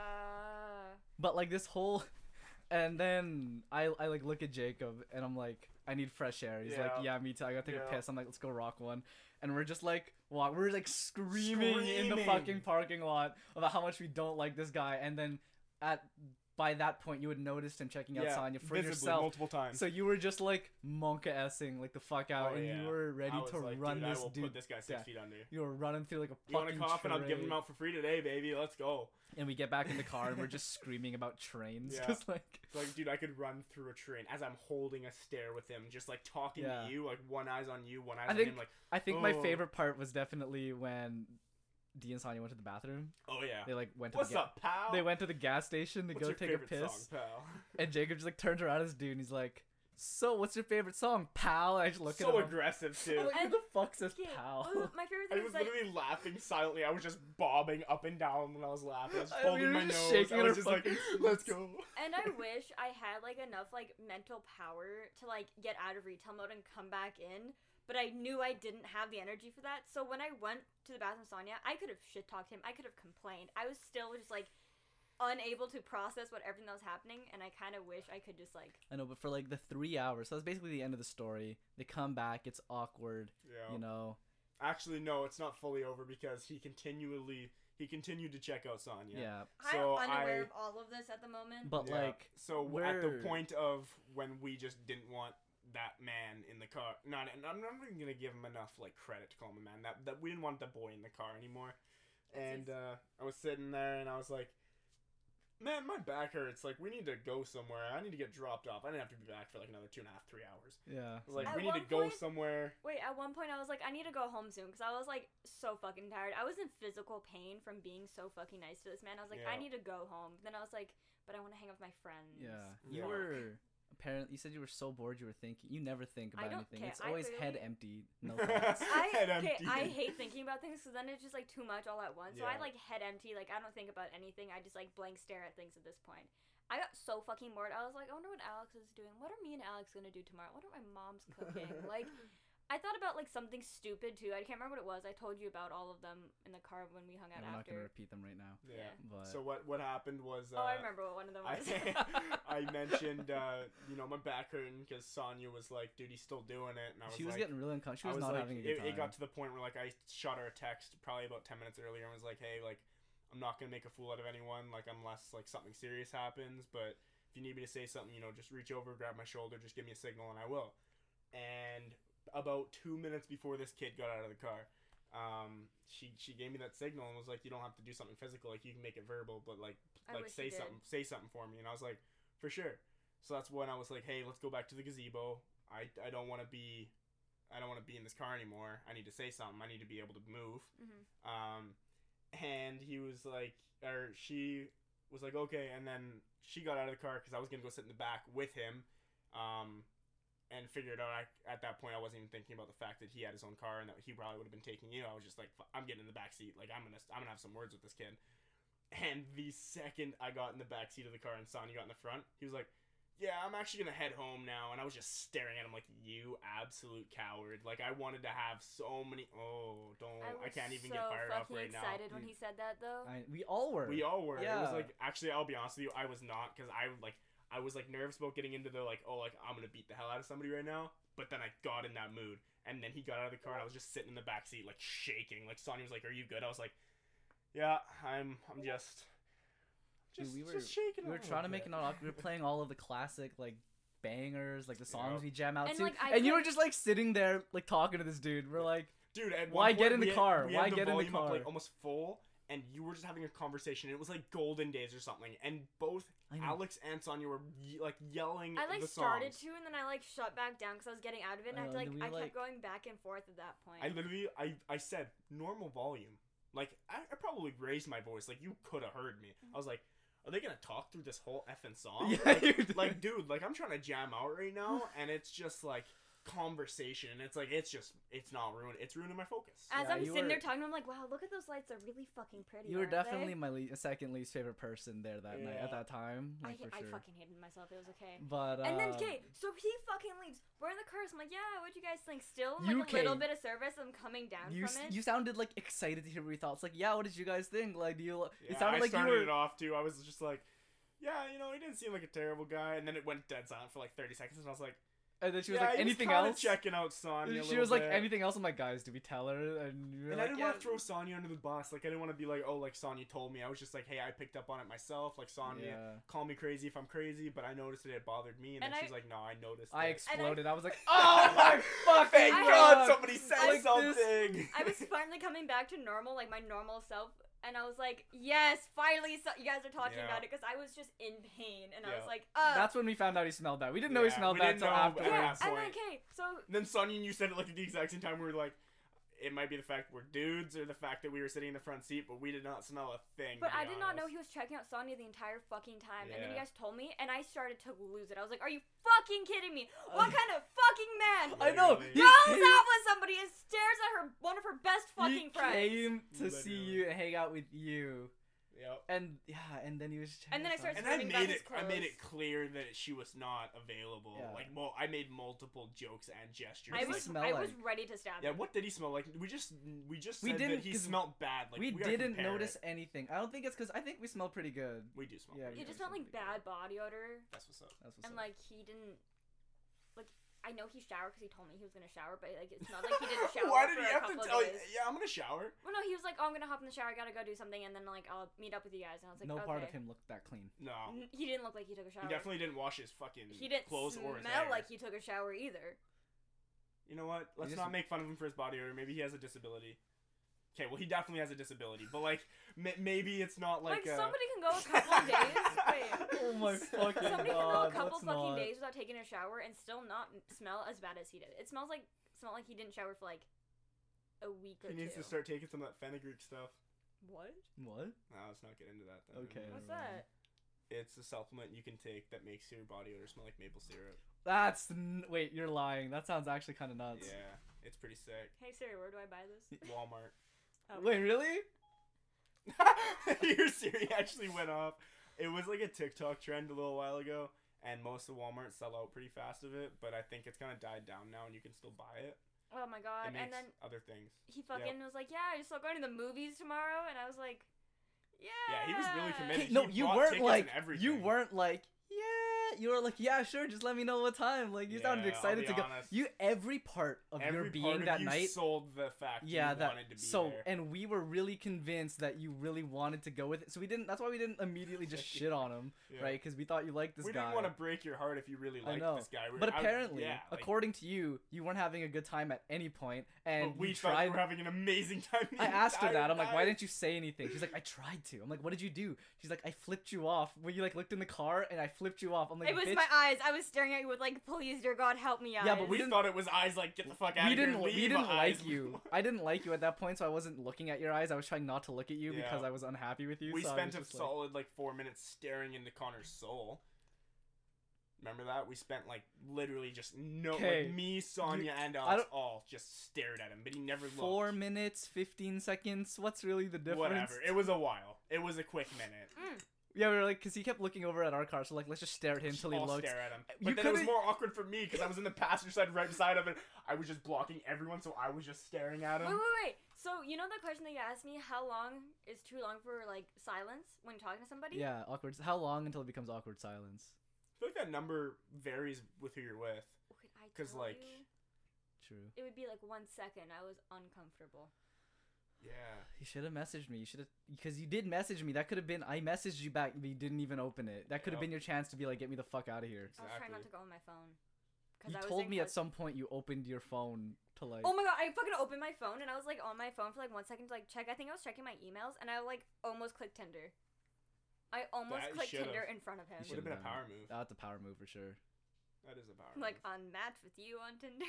Speaker 3: uh...
Speaker 2: But like this whole, [laughs] and then I I like look at Jacob and I'm like, I need fresh air. He's like,
Speaker 1: Yeah.
Speaker 2: yeah, me too. I gotta take
Speaker 1: Yeah.
Speaker 2: a piss. I'm like, let's go rock one. And we're just like, walk. We're like screaming, in the fucking
Speaker 1: Screaming.
Speaker 2: parking lot about how much we don't like this guy. And then at by that point, you had noticed him checking out Sonya for
Speaker 1: visibly,
Speaker 2: yourself.
Speaker 1: multiple times.
Speaker 2: So you were just like monka essing like the fuck out,
Speaker 1: Oh,
Speaker 2: and
Speaker 1: yeah.
Speaker 2: you were ready
Speaker 1: I was
Speaker 2: to
Speaker 1: like,
Speaker 2: run
Speaker 1: dude,
Speaker 2: this
Speaker 1: I will
Speaker 2: dude.
Speaker 1: put this guy six
Speaker 2: yeah.
Speaker 1: feet under.
Speaker 2: You were running through like a
Speaker 1: You want
Speaker 2: fucking
Speaker 1: to cough, and I'm
Speaker 2: tray
Speaker 1: giving him out for free today, baby. Let's go.
Speaker 2: and we get back in the car and we're just screaming about
Speaker 1: [laughs]
Speaker 2: trains [laughs]
Speaker 1: Yeah.
Speaker 2: because like
Speaker 1: It's like, dude, I could run through a train as I'm holding a stare with him, just like talking
Speaker 2: Yeah.
Speaker 1: to you, like one eye's on you, one eye's
Speaker 2: I
Speaker 1: on
Speaker 2: think-
Speaker 1: him. Like,
Speaker 2: i think my
Speaker 1: Oh.
Speaker 2: favorite part was definitely when d and sonia went to the bathroom
Speaker 1: oh yeah,
Speaker 2: they like went to
Speaker 1: what's
Speaker 2: the ga-
Speaker 1: up, pal?
Speaker 2: they went to the gas station to
Speaker 1: What's
Speaker 2: go
Speaker 1: your
Speaker 2: take a
Speaker 1: favorite
Speaker 2: piss
Speaker 1: song, pal?
Speaker 2: and jacob just like turns around at his dude and he's like so what's your favorite song pal and i just look
Speaker 1: so
Speaker 2: at him
Speaker 1: aggressive too.
Speaker 2: I'm like, who
Speaker 3: And-
Speaker 2: the fuck says
Speaker 3: Okay,
Speaker 2: pal
Speaker 3: oh, my favorite
Speaker 1: I
Speaker 3: thing
Speaker 1: was
Speaker 3: is like
Speaker 1: literally laughing silently. I was just bobbing up and down when I was laughing. I was
Speaker 2: I- we
Speaker 1: holding
Speaker 2: were
Speaker 1: my
Speaker 2: just
Speaker 1: nose.
Speaker 2: shaking
Speaker 1: I
Speaker 2: our
Speaker 1: was just like,
Speaker 2: fucking
Speaker 1: [laughs] "Let's
Speaker 2: heads."
Speaker 1: go."
Speaker 3: And I wish I had like enough like mental power to like get out of retail mode and come back in, but I knew I didn't have the energy for that. So when I went to the bathroom, with Sonya, I could have shit talked him. I could have complained. I was still just like unable to process what everything that was happening, and I kind of wish I could just like
Speaker 2: [laughs] i know but for like the three hours so that's basically the end of the story they come back it's awkward
Speaker 1: Yeah.
Speaker 2: you know
Speaker 1: Actually, no, it's not fully over because he continually he continued to check out Sonya.
Speaker 2: yeah,
Speaker 1: So
Speaker 3: I'm unaware
Speaker 1: I-
Speaker 3: of all of this at the moment.
Speaker 2: but
Speaker 1: Yeah.
Speaker 2: like
Speaker 1: so w- at the
Speaker 2: we're-
Speaker 1: point of when we just didn't want that man in the car, not and I'm not even gonna give him enough like credit to call him a man. That that we didn't want the boy in the car anymore. And
Speaker 3: Yes.
Speaker 1: uh, I was sitting there and I was like, man, my back hurts. Like we need to go somewhere. I need to get dropped off. I didn't have to be back for like another two and a half, three hours.
Speaker 2: yeah
Speaker 1: I was like,
Speaker 3: At
Speaker 1: we need to
Speaker 3: one
Speaker 1: go
Speaker 3: point-
Speaker 1: somewhere.
Speaker 3: Wait, at one point I was like, I need to go home soon because I was like so fucking tired. I was in physical pain from being so fucking nice to this man. I was like, I
Speaker 1: Yeah.
Speaker 3: need to go home. Then I was like, but I want to hang out with my friends.
Speaker 2: Yeah, you
Speaker 1: Yeah.
Speaker 2: were apparently. You said you were so bored you were thinking. You never think about
Speaker 3: I don't
Speaker 2: anything.
Speaker 3: care.
Speaker 2: It's
Speaker 3: I
Speaker 2: always head
Speaker 3: literally-
Speaker 2: empty.
Speaker 1: [laughs]
Speaker 2: No thoughts.
Speaker 3: I,
Speaker 1: Head
Speaker 3: okay,
Speaker 1: empty.
Speaker 3: I hate thinking about things because then it's just like too much all at once. So I
Speaker 1: Yeah.
Speaker 3: like head empty. Like I don't think about anything. I just like blank stare at things at this point. I got so fucking bored. I was like, I wonder what Alex is doing. What are me and Alex gonna do tomorrow? What are my mom's cooking?
Speaker 1: [laughs]
Speaker 3: like, I thought about like something stupid too. I can't remember what it was. I told you about all of them in the car when we hung out
Speaker 2: I'm not gonna
Speaker 3: after.
Speaker 2: repeat them right now.
Speaker 1: Yeah.
Speaker 2: But
Speaker 1: So what what happened was uh,
Speaker 3: oh, I remember what one of them
Speaker 1: I, [laughs]
Speaker 3: was. [laughs]
Speaker 1: I mentioned uh, you know my back hurting because Sonya was like, dude, he's still doing it, and I was
Speaker 2: she was
Speaker 1: like,
Speaker 2: getting really
Speaker 1: I
Speaker 2: uncomfortable. She was,
Speaker 1: was
Speaker 2: not
Speaker 1: like,
Speaker 2: having a good
Speaker 1: it,
Speaker 2: time.
Speaker 1: it got to the point where like I shot her a text probably about ten minutes earlier and was like, hey, like I'm not gonna make a fool out of anyone, like unless like something serious happens, but if you need me to say something, you know, just reach over, grab my shoulder, just give me a signal, and I will. And about two minutes before this kid got out of the car, um, she she gave me that signal and was like, "You don't have to do something physical. Like you can make it verbal, but like
Speaker 3: I
Speaker 1: like
Speaker 3: wish
Speaker 1: say
Speaker 3: you did.
Speaker 1: something, say something for me." And I was like, "For sure." So that's when I was like, "Hey, let's go back to the gazebo. I I don't want to be, I don't want to be in this car anymore. I need to say something. I need to be able to move."
Speaker 3: Mhm.
Speaker 1: Um, and he was like, or she was like, "Okay," and then she got out of the car because I was gonna go sit in the back with him. Um, and figured out I, at that point I wasn't even thinking about the fact that he had his own car and that he probably would have been taking you. I was just like, "F- I'm getting in the back seat. Like I'm gonna I'm gonna have some words with this kid. And the second I got in the back seat of the car and Sonny got in the front, he was like, "Yeah, I'm actually gonna head home now." And I was just staring at him like, "You absolute coward!" Like I wanted to have so many. Oh, don't! I,
Speaker 3: was
Speaker 1: can't even
Speaker 3: so
Speaker 1: get fired up
Speaker 3: fucking
Speaker 1: right now.
Speaker 3: excited when
Speaker 2: dude.
Speaker 3: he said that though.
Speaker 2: I, we all were.
Speaker 1: We all were. It was
Speaker 2: Yeah.
Speaker 1: like actually, I'll be honest with you, I was not because I like I was like nervous about getting into the like oh like I'm gonna beat the hell out of somebody right now. But then I got in that mood, and then he got out of the car, and I was just sitting in the back seat like shaking. Like Sonya was like, "Are you good?" I was like, "Yeah, I'm. I'm just."
Speaker 2: Dude,
Speaker 1: Just,
Speaker 2: we were-
Speaker 1: just shaking.
Speaker 2: we were trying to make it not awkward. We were playing all of the classic like bangers, like the songs
Speaker 1: Yeah.
Speaker 2: we jam out
Speaker 3: And,
Speaker 2: to,
Speaker 3: like, I
Speaker 2: and you were
Speaker 3: could-
Speaker 2: just like sitting there like talking to this dude. We're like,
Speaker 1: dude. At one
Speaker 2: Why get
Speaker 1: point,
Speaker 2: in the
Speaker 1: we had-
Speaker 2: car?
Speaker 1: we
Speaker 2: Why
Speaker 1: had the
Speaker 2: get in the
Speaker 1: volume up,
Speaker 2: car?
Speaker 1: like almost full, and you were just having a conversation. It was like Golden Days or something, and both
Speaker 2: I know. [laughs]
Speaker 1: Alex and Sonya were ye- like yelling.
Speaker 3: I like
Speaker 1: the
Speaker 3: started
Speaker 1: songs.
Speaker 3: to, and then I like shut back down because I was getting out of it, and I,
Speaker 2: I
Speaker 3: had to,
Speaker 2: know,
Speaker 3: like
Speaker 2: and we,
Speaker 3: I kept
Speaker 2: like-
Speaker 3: going back and forth at that point.
Speaker 1: I literally, I, I said normal volume. Like I, I probably raised my voice. Like you could have heard me. I was like, are they gonna talk through this whole effing song?
Speaker 2: Mm-hmm. Yeah,
Speaker 1: like,
Speaker 2: you're
Speaker 1: [laughs]
Speaker 2: doing-
Speaker 1: like, dude, like I'm trying to jam out right
Speaker 2: [laughs]
Speaker 1: now, and it's just like conversation. It's like it's just it's not ruined. It's ruining my focus.
Speaker 3: As
Speaker 2: Yeah,
Speaker 3: I'm
Speaker 2: you
Speaker 3: sitting there
Speaker 2: were-
Speaker 3: talking, I'm like, wow, look at those lights. They're really fucking
Speaker 2: [laughs]
Speaker 3: pretty.
Speaker 2: You were
Speaker 3: aren't they?"
Speaker 2: definitely my le- second least favorite person there that night
Speaker 1: Yeah.
Speaker 2: at that time,
Speaker 3: I,
Speaker 2: like for
Speaker 3: I
Speaker 2: sure.
Speaker 3: fucking hated myself. It was okay.
Speaker 2: But uh,
Speaker 3: And then Kate, so he fucking leaves. We're in the curse. I'm like, yeah, what do you guys think? Still, like
Speaker 2: You,
Speaker 3: a little
Speaker 2: Kate.
Speaker 3: bit of service. I'm coming down
Speaker 2: you
Speaker 3: from
Speaker 2: s-
Speaker 3: it.
Speaker 2: you sounded like excited to hear what your thoughts. Like, yeah, what did you guys think? Like, do you? lo-
Speaker 1: Yeah,
Speaker 2: it sounded
Speaker 1: I
Speaker 2: like you
Speaker 1: started
Speaker 2: were.
Speaker 1: it off too. I was just like, yeah, you know, he didn't seem like a terrible guy, and then it went dead silent for like 30 seconds, and I was like,
Speaker 2: And then she was
Speaker 1: yeah,
Speaker 2: like,
Speaker 1: he
Speaker 2: anything
Speaker 1: kinda
Speaker 2: else?
Speaker 1: Checking out Sonya. a
Speaker 2: she
Speaker 1: little
Speaker 2: was like,
Speaker 1: bit.
Speaker 2: anything else? I'm like, guys, do we tell her? And, you were
Speaker 1: And I
Speaker 2: like,
Speaker 1: didn't
Speaker 2: yeah.
Speaker 1: want to throw Sonya under the bus. Like I didn't want to be like, oh, like Sonya told me. I was just like, hey, I picked up on it myself. Like Sonya,
Speaker 2: Yeah.
Speaker 1: call me crazy if I'm crazy, but I noticed it. It bothered me, and,
Speaker 3: And
Speaker 1: then
Speaker 3: I-
Speaker 1: she's like, no, I noticed.
Speaker 2: I
Speaker 1: it." [laughs]
Speaker 2: exploded. I, was like, oh my fucking
Speaker 1: Thank
Speaker 3: I-
Speaker 1: God
Speaker 2: god!
Speaker 1: somebody said
Speaker 3: I-
Speaker 2: like this-
Speaker 1: something.
Speaker 2: [laughs]
Speaker 3: I was finally coming back to normal, like my normal self, and I was like, yes, finally, so- you guys are talking
Speaker 1: Yeah.
Speaker 3: about it because I was just in pain, and I
Speaker 1: Yeah.
Speaker 3: was like, uh.
Speaker 2: That's when we found out he smelled that. We didn't know he
Speaker 1: Yeah,
Speaker 2: smelled
Speaker 1: we
Speaker 2: that
Speaker 1: didn't
Speaker 2: until
Speaker 1: know, but-
Speaker 2: afterwards.
Speaker 1: Yeah.
Speaker 3: yeah, and
Speaker 1: point.
Speaker 3: then okay, so
Speaker 1: [laughs] And then Sonya and you said it like at the exact same time. We were like, it might be the fact we're dudes, or the fact that we were sitting in the front seat, but we did not smell a thing.
Speaker 3: But
Speaker 1: to be
Speaker 3: I did not know
Speaker 1: honest.
Speaker 3: he was checking out Sonya the entire fucking time. And then you
Speaker 1: Yeah.
Speaker 3: guys told me, and I started to lose it. I was like, are you fucking kidding me? What
Speaker 2: Uh,
Speaker 3: kind of fucking man
Speaker 2: I know.
Speaker 1: Literally.
Speaker 2: he
Speaker 3: goes
Speaker 2: came-
Speaker 3: out with somebody and stares at her, one of her best
Speaker 2: he
Speaker 3: fucking friends?
Speaker 2: came to see
Speaker 1: Literally.
Speaker 2: you and hang out with you,
Speaker 1: Yep.
Speaker 2: and yeah, and then he was.
Speaker 3: And then I started
Speaker 1: and
Speaker 2: checking
Speaker 1: I
Speaker 3: Learning about
Speaker 1: made
Speaker 3: his
Speaker 1: it. I made
Speaker 3: clothes.
Speaker 1: it clear that she was not available.
Speaker 2: Yeah.
Speaker 1: Like, well, I made multiple jokes and gestures.
Speaker 3: I
Speaker 2: does he
Speaker 3: was,
Speaker 2: smell
Speaker 3: I
Speaker 2: like?
Speaker 3: was ready to stab
Speaker 1: Yeah,
Speaker 3: him.
Speaker 1: what did he smell like? We just we just
Speaker 2: We
Speaker 1: said
Speaker 2: didn't,
Speaker 1: that he
Speaker 2: 'cause
Speaker 1: smelled bad. Like
Speaker 2: we
Speaker 1: gotta
Speaker 2: didn't
Speaker 1: compare
Speaker 2: notice
Speaker 1: It.
Speaker 2: anything. I don't think it's because I think we smell pretty good.
Speaker 1: We do smell.
Speaker 2: Yeah,
Speaker 1: pretty
Speaker 3: It
Speaker 2: you
Speaker 1: good.
Speaker 3: just smelled like
Speaker 2: something.
Speaker 3: bad body odor.
Speaker 1: That's what's up.
Speaker 2: That's what's
Speaker 3: And
Speaker 2: up.
Speaker 3: like, he didn't. Like, I know he showered because he told me he was gonna shower, but like, it's not like he didn't shower.
Speaker 1: [laughs] Why
Speaker 3: for
Speaker 1: did he
Speaker 3: a
Speaker 1: have
Speaker 3: couple
Speaker 1: to
Speaker 3: of
Speaker 1: tell? you?
Speaker 3: days.
Speaker 1: Yeah, I'm gonna shower.
Speaker 3: Well, no, he was like, oh, I'm gonna hop in the shower, I gotta go do something, and then like, I'll meet up with you guys. And I was like,
Speaker 2: no
Speaker 3: okay.
Speaker 2: part of him looked that clean.
Speaker 1: No,
Speaker 3: N- He didn't look like he took a Mm-hmm. shower.
Speaker 1: he definitely didn't wash his fucking
Speaker 3: He didn't
Speaker 1: clothes or
Speaker 3: smell
Speaker 1: his hair.
Speaker 3: like he took a shower either.
Speaker 1: You know what? Let's
Speaker 2: just-
Speaker 1: not make fun of him for his body odor. Maybe he has a disability. Okay, well he definitely has a disability, but like ma maybe it's not like,
Speaker 3: Like,
Speaker 1: uh,
Speaker 3: somebody can go a
Speaker 1: [laughs]
Speaker 3: couple of [laughs] days. Wait.
Speaker 2: Oh my fucking
Speaker 3: Somebody can go
Speaker 2: God,
Speaker 3: a couple
Speaker 2: let's
Speaker 3: fucking
Speaker 2: not.
Speaker 3: days without taking a shower and still not m- smell as bad as he did. It smells like smelled like he didn't shower for like a week or
Speaker 1: He needs to
Speaker 3: two.
Speaker 1: start taking some of that fenugreek stuff.
Speaker 3: What?
Speaker 2: What?
Speaker 1: No, let's not get into that. Then.
Speaker 2: Okay.
Speaker 3: What's
Speaker 2: Never mind.
Speaker 3: that?
Speaker 1: It's a supplement you can take that makes your body odor smell like maple syrup.
Speaker 2: That's n- wait, you're lying. That sounds actually kind of nuts.
Speaker 1: Yeah, it's pretty
Speaker 2: [laughs]
Speaker 1: sick.
Speaker 3: Hey Siri, where do I buy this?
Speaker 1: Walmart. [laughs]
Speaker 3: Oh.
Speaker 2: Wait, really?
Speaker 1: Your Siri actually went off. It was like a TikTok trend a little while ago, and most of Walmart sell out pretty fast of it. But I think it's kind of died down now, and you can still buy it.
Speaker 3: Oh my
Speaker 1: It
Speaker 3: god!
Speaker 1: makes
Speaker 3: And then
Speaker 1: other things.
Speaker 3: he fucking was like, "Yeah, you're still going to the movies tomorrow," and I was like, "Yeah."
Speaker 1: Yeah, he was really committed.
Speaker 2: Hey,
Speaker 1: he
Speaker 2: no, you
Speaker 1: bought
Speaker 2: weren't
Speaker 1: tickets
Speaker 2: like
Speaker 1: and everything.
Speaker 2: you weren't like yeah. You were like yeah, sure. Just let me know what time. Like you sounded
Speaker 1: Yeah, I'll
Speaker 2: excited
Speaker 1: be
Speaker 2: to go.
Speaker 1: honest.
Speaker 2: You every part of
Speaker 1: Every
Speaker 2: your
Speaker 1: part
Speaker 2: being
Speaker 1: of
Speaker 2: that
Speaker 1: you
Speaker 2: night.
Speaker 1: sold the fact
Speaker 2: yeah,
Speaker 1: you
Speaker 2: that
Speaker 1: wanted to be
Speaker 2: so
Speaker 1: there.
Speaker 2: and we were really convinced that you really wanted to go with it. So we didn't. That's why we didn't immediately just shit on him,
Speaker 1: [laughs] Yeah.
Speaker 2: right? Because we thought you liked this
Speaker 1: we
Speaker 2: guy.
Speaker 1: didn't want to break your heart if you really
Speaker 2: I
Speaker 1: liked
Speaker 2: know.
Speaker 1: this guy. We-
Speaker 2: but
Speaker 1: I-
Speaker 2: apparently,
Speaker 1: yeah, like,
Speaker 2: according to you, you weren't having a good time at any point,
Speaker 1: but
Speaker 2: and
Speaker 1: we
Speaker 2: you
Speaker 1: thought
Speaker 2: tried.
Speaker 1: you were having an amazing [laughs] time. the
Speaker 2: I asked her
Speaker 1: entire
Speaker 2: that. I'm like, why
Speaker 1: night."
Speaker 2: didn't you say anything? She's like, I tried to. I'm like, what did you do? She's like, I flipped you off. When you like looked in the car and I flipped you off. I'm like,
Speaker 3: It was
Speaker 2: bitch,
Speaker 3: my eyes. I was staring at you with like, "Please, dear God, help me." Eyes.
Speaker 2: Yeah, but
Speaker 1: We,
Speaker 2: We didn't-
Speaker 1: thought it was eyes like get the fuck out
Speaker 2: we
Speaker 1: of here.
Speaker 2: didn't we
Speaker 1: leave,
Speaker 2: didn't
Speaker 1: eyes.
Speaker 2: like
Speaker 1: [laughs]
Speaker 2: you. I didn't like you at that point, so I wasn't looking at your eyes. I was trying not to look at you
Speaker 1: Yeah.
Speaker 2: because I was unhappy with you.
Speaker 1: we
Speaker 2: so I
Speaker 1: spent
Speaker 2: was
Speaker 1: a
Speaker 2: just like-
Speaker 1: solid like four minutes staring into Connor's soul. Remember that? We spent like literally just no
Speaker 2: Okay.
Speaker 1: like me, Sonya, and
Speaker 2: I
Speaker 1: us
Speaker 2: don't-
Speaker 1: all just stared at him, but he never looked.
Speaker 2: four minutes, fifteen seconds. What's really the difference?
Speaker 1: Whatever. It was a while. It was a quick minute.
Speaker 2: yeah, we were like, because he kept looking over at our car, so like, let's just stare at him until he
Speaker 1: I'll
Speaker 2: looks.
Speaker 1: stare at him. But
Speaker 2: You
Speaker 1: then it was
Speaker 2: could've-
Speaker 1: more awkward for me because I was in the passenger side right beside him and I was just blocking everyone, so I was just staring at him.
Speaker 2: Um,
Speaker 3: Wait, wait, wait. So you know the question that you asked me? How long is too long for like silence when talking to somebody?
Speaker 2: Yeah, awkward. How long until it becomes awkward silence?
Speaker 1: I feel like that number varies with who you're with.
Speaker 3: Could I
Speaker 1: 'Cause,
Speaker 3: tell
Speaker 1: like-
Speaker 3: you?
Speaker 2: True.
Speaker 3: it would be like one second. I was uncomfortable.
Speaker 1: Yeah.
Speaker 2: You should have messaged me. You should have because you did message me. That could have been I messaged you back, but you didn't even open it. That could
Speaker 1: Yep.
Speaker 2: have been your chance to be like, get me the fuck out of here.
Speaker 3: I was trying not
Speaker 1: Exactly.
Speaker 3: to go on my phone.
Speaker 2: You
Speaker 3: I was
Speaker 2: told
Speaker 3: in
Speaker 2: me at
Speaker 3: class-
Speaker 2: some point you opened your phone to like.
Speaker 3: Oh my god! I fucking opened my phone and I was like on my phone for like one second to like check. I think I was checking my emails and I like almost clicked Tinder. I almost
Speaker 1: That you
Speaker 3: clicked
Speaker 1: should've.
Speaker 3: Tinder in front of him.
Speaker 2: You
Speaker 1: Would have
Speaker 2: should've
Speaker 1: been a
Speaker 2: done
Speaker 1: power
Speaker 2: that.
Speaker 1: move.
Speaker 2: That's a power move for sure.
Speaker 1: That is a power
Speaker 3: [laughs] I'm like
Speaker 1: move.
Speaker 3: unmatched with you on Tinder.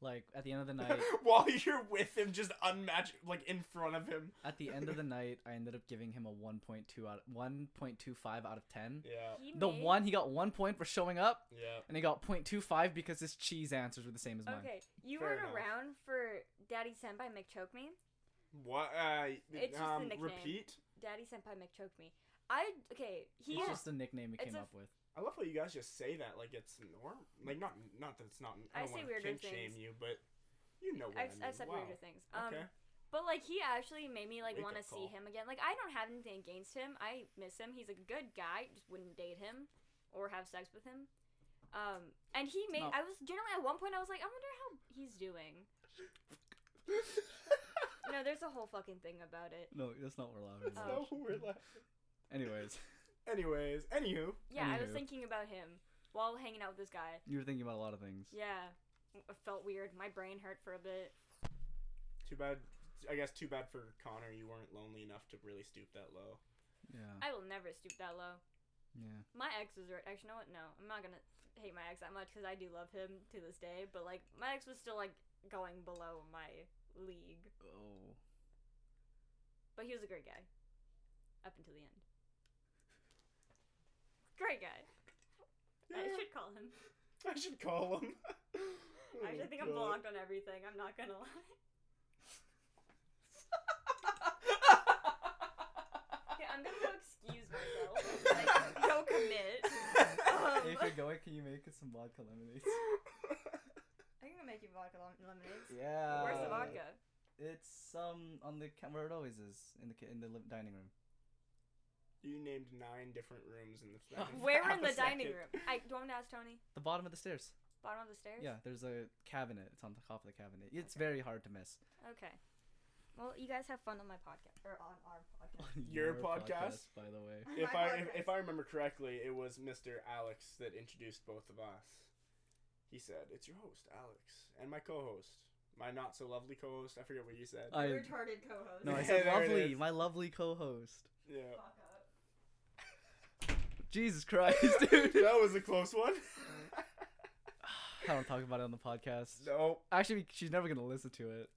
Speaker 2: Like at the end of the night,
Speaker 1: [laughs] While you're with him, just unmatched, like in front of him.
Speaker 2: at the end of the night, I ended up giving him a 1.2 out 1.25 out of 10.
Speaker 1: Yeah,
Speaker 3: He
Speaker 2: Uh, The
Speaker 3: made-
Speaker 2: one he got 1 point for showing up
Speaker 1: yeah.
Speaker 2: and he got 0.25 because his cheese answers were the same as mine.
Speaker 3: Okay, you
Speaker 1: Fair
Speaker 3: weren't
Speaker 1: enough.
Speaker 3: around for Daddy Senpai McChoke Me.
Speaker 1: What? Uh,
Speaker 3: It's just a
Speaker 1: um,
Speaker 3: nickname.
Speaker 1: repeat.
Speaker 3: Daddy Senpai McChoke Me. I okay. He
Speaker 2: It's
Speaker 3: is-
Speaker 2: just a nickname he
Speaker 3: It's
Speaker 2: came
Speaker 3: a-
Speaker 2: up with.
Speaker 1: I love how you guys just say that like it's norm. Like not, not that it's not. I,
Speaker 3: I
Speaker 1: don't
Speaker 3: say
Speaker 1: want to
Speaker 3: weirder
Speaker 1: kink
Speaker 3: things.
Speaker 1: shame you, but you know what I
Speaker 3: I've,
Speaker 1: mean.
Speaker 3: I've said
Speaker 1: wow.
Speaker 3: weirder things. Um, [laughs]
Speaker 1: Okay.
Speaker 3: But like he actually made me like
Speaker 1: Wake
Speaker 3: want
Speaker 1: up
Speaker 3: to see
Speaker 1: call.
Speaker 3: him again. Like I don't have anything against him. I miss him. He's a good guy. Just wouldn't date him or have sex with him. Um, and he made.
Speaker 1: Oh.
Speaker 2: No.
Speaker 3: I was generally at one point. I was like, I wonder how he's doing. No, there's a whole fucking thing about it.
Speaker 2: No, that's not what we're laughing
Speaker 1: That's
Speaker 2: about.
Speaker 3: Oh.
Speaker 1: not
Speaker 3: um,
Speaker 1: what we're laughing.
Speaker 2: Anyways, [laughs]
Speaker 1: Anyways, anywho,
Speaker 3: Yeah, I was
Speaker 2: Anywho.
Speaker 3: thinking about him while hanging out with this guy.
Speaker 2: you were thinking about a lot of things.
Speaker 3: Yeah, I felt weird. My brain hurt for a bit.
Speaker 1: too bad. I guess too bad for Connor. You weren't lonely enough to really stoop that low.
Speaker 2: Yeah.
Speaker 3: I will never stoop that low.
Speaker 2: Yeah.
Speaker 3: My ex was right. Actually, you know what? No, I'm not gonna hate my ex that much because I do love him to this day. But like, my ex was still like going below my league.
Speaker 2: Oh.
Speaker 3: But he was a great guy up until the end. Great guy. I should call him.
Speaker 1: I should call
Speaker 3: [laughs]
Speaker 1: him. Oh
Speaker 3: I
Speaker 1: my
Speaker 3: actually think I'm
Speaker 1: God.
Speaker 3: blocked on everything. I'm not gonna lie. [laughs] Okay, I'm gonna go excuse myself. Like, go
Speaker 1: [laughs]
Speaker 3: commit.
Speaker 1: Oh.
Speaker 3: Um,
Speaker 2: if you're going, can you make us some vodka lemonades?
Speaker 3: Um,
Speaker 1: [laughs]
Speaker 3: I think I'll make you vodka lem- lemonades.
Speaker 2: [laughs] Yeah.
Speaker 3: Where's the
Speaker 1: Uh,
Speaker 3: vodka?
Speaker 2: It's um on the ca- where it always is in the ki- in the li- dining room.
Speaker 1: you named nine different rooms in
Speaker 3: [laughs]
Speaker 1: the.
Speaker 2: Oh,
Speaker 3: Where
Speaker 1: [laughs]
Speaker 3: in
Speaker 1: half a
Speaker 3: the dining
Speaker 1: second.
Speaker 3: room? I do you want me to ask Tony?
Speaker 2: The bottom of the stairs.
Speaker 3: Bottom of the stairs?
Speaker 2: Yeah, there's a cabinet. It's on the top of the cabinet. It's very hard to miss.
Speaker 3: Okay. Well, you guys have fun on my podcast. Or on our podcast.
Speaker 2: [laughs] On
Speaker 1: Your podcast?
Speaker 2: by the way.
Speaker 1: If I if, if I remember correctly, it was Mr. Alex that introduced both of us. He said, "It's your host, Alex, and my co-host, my not so lovely co-host. I forget what you said.
Speaker 2: I
Speaker 3: retarded co host.
Speaker 2: no,
Speaker 1: [laughs]
Speaker 2: I
Speaker 1: Yeah,
Speaker 2: said
Speaker 1: there it
Speaker 2: lovely,
Speaker 1: is.
Speaker 2: my lovely co-host.
Speaker 3: [laughs]
Speaker 1: yeah, [laughs]
Speaker 3: Fuck up.
Speaker 2: Jesus Christ,
Speaker 1: [laughs]
Speaker 2: dude.
Speaker 1: that was a close one. [laughs]
Speaker 2: I don't talk about it on the podcast.
Speaker 1: no,
Speaker 2: Actually, she's never gonna listen to it.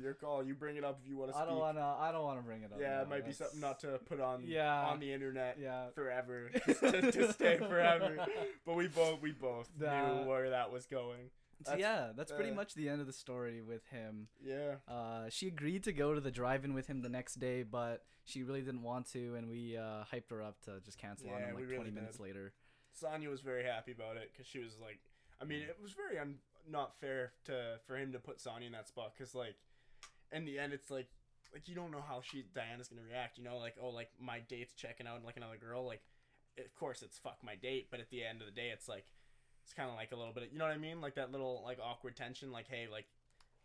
Speaker 1: your call. You bring it up if you want to speak.
Speaker 2: I don't wanna. I don't wanna bring it up.
Speaker 1: yeah,
Speaker 2: now.
Speaker 1: it might be
Speaker 2: That's-
Speaker 1: something not to put on
Speaker 2: Yeah.
Speaker 1: on the internet
Speaker 2: Yeah. [laughs]
Speaker 1: forever to, to stay forever. But we both we both
Speaker 2: Nah.
Speaker 1: knew where that was going.
Speaker 2: So
Speaker 1: That's-
Speaker 2: yeah, that's pretty
Speaker 1: uh,
Speaker 2: much the end of the story with him.
Speaker 1: Yeah,
Speaker 2: Uh, she agreed to go to the drive-in with him the next day, but she really didn't want to, and we uh, hyped her up to just cancel on
Speaker 1: Yeah,
Speaker 2: him
Speaker 1: we
Speaker 2: like
Speaker 1: really
Speaker 2: 20 minutes
Speaker 1: did.
Speaker 2: later.
Speaker 1: Sonya was very happy about it because she was like, I mean, it was very un- not fair to for him to put Sonya in that spot because like, in the end, it's like, like you don't know how she Diana's gonna react. You know, like oh, like my date's checking out like another girl. Like, of course it's fuck my date, but at the end of the day, it's like, it's kind of like a little bit. Of, you know what I mean? Like that little like awkward tension. Like hey, like,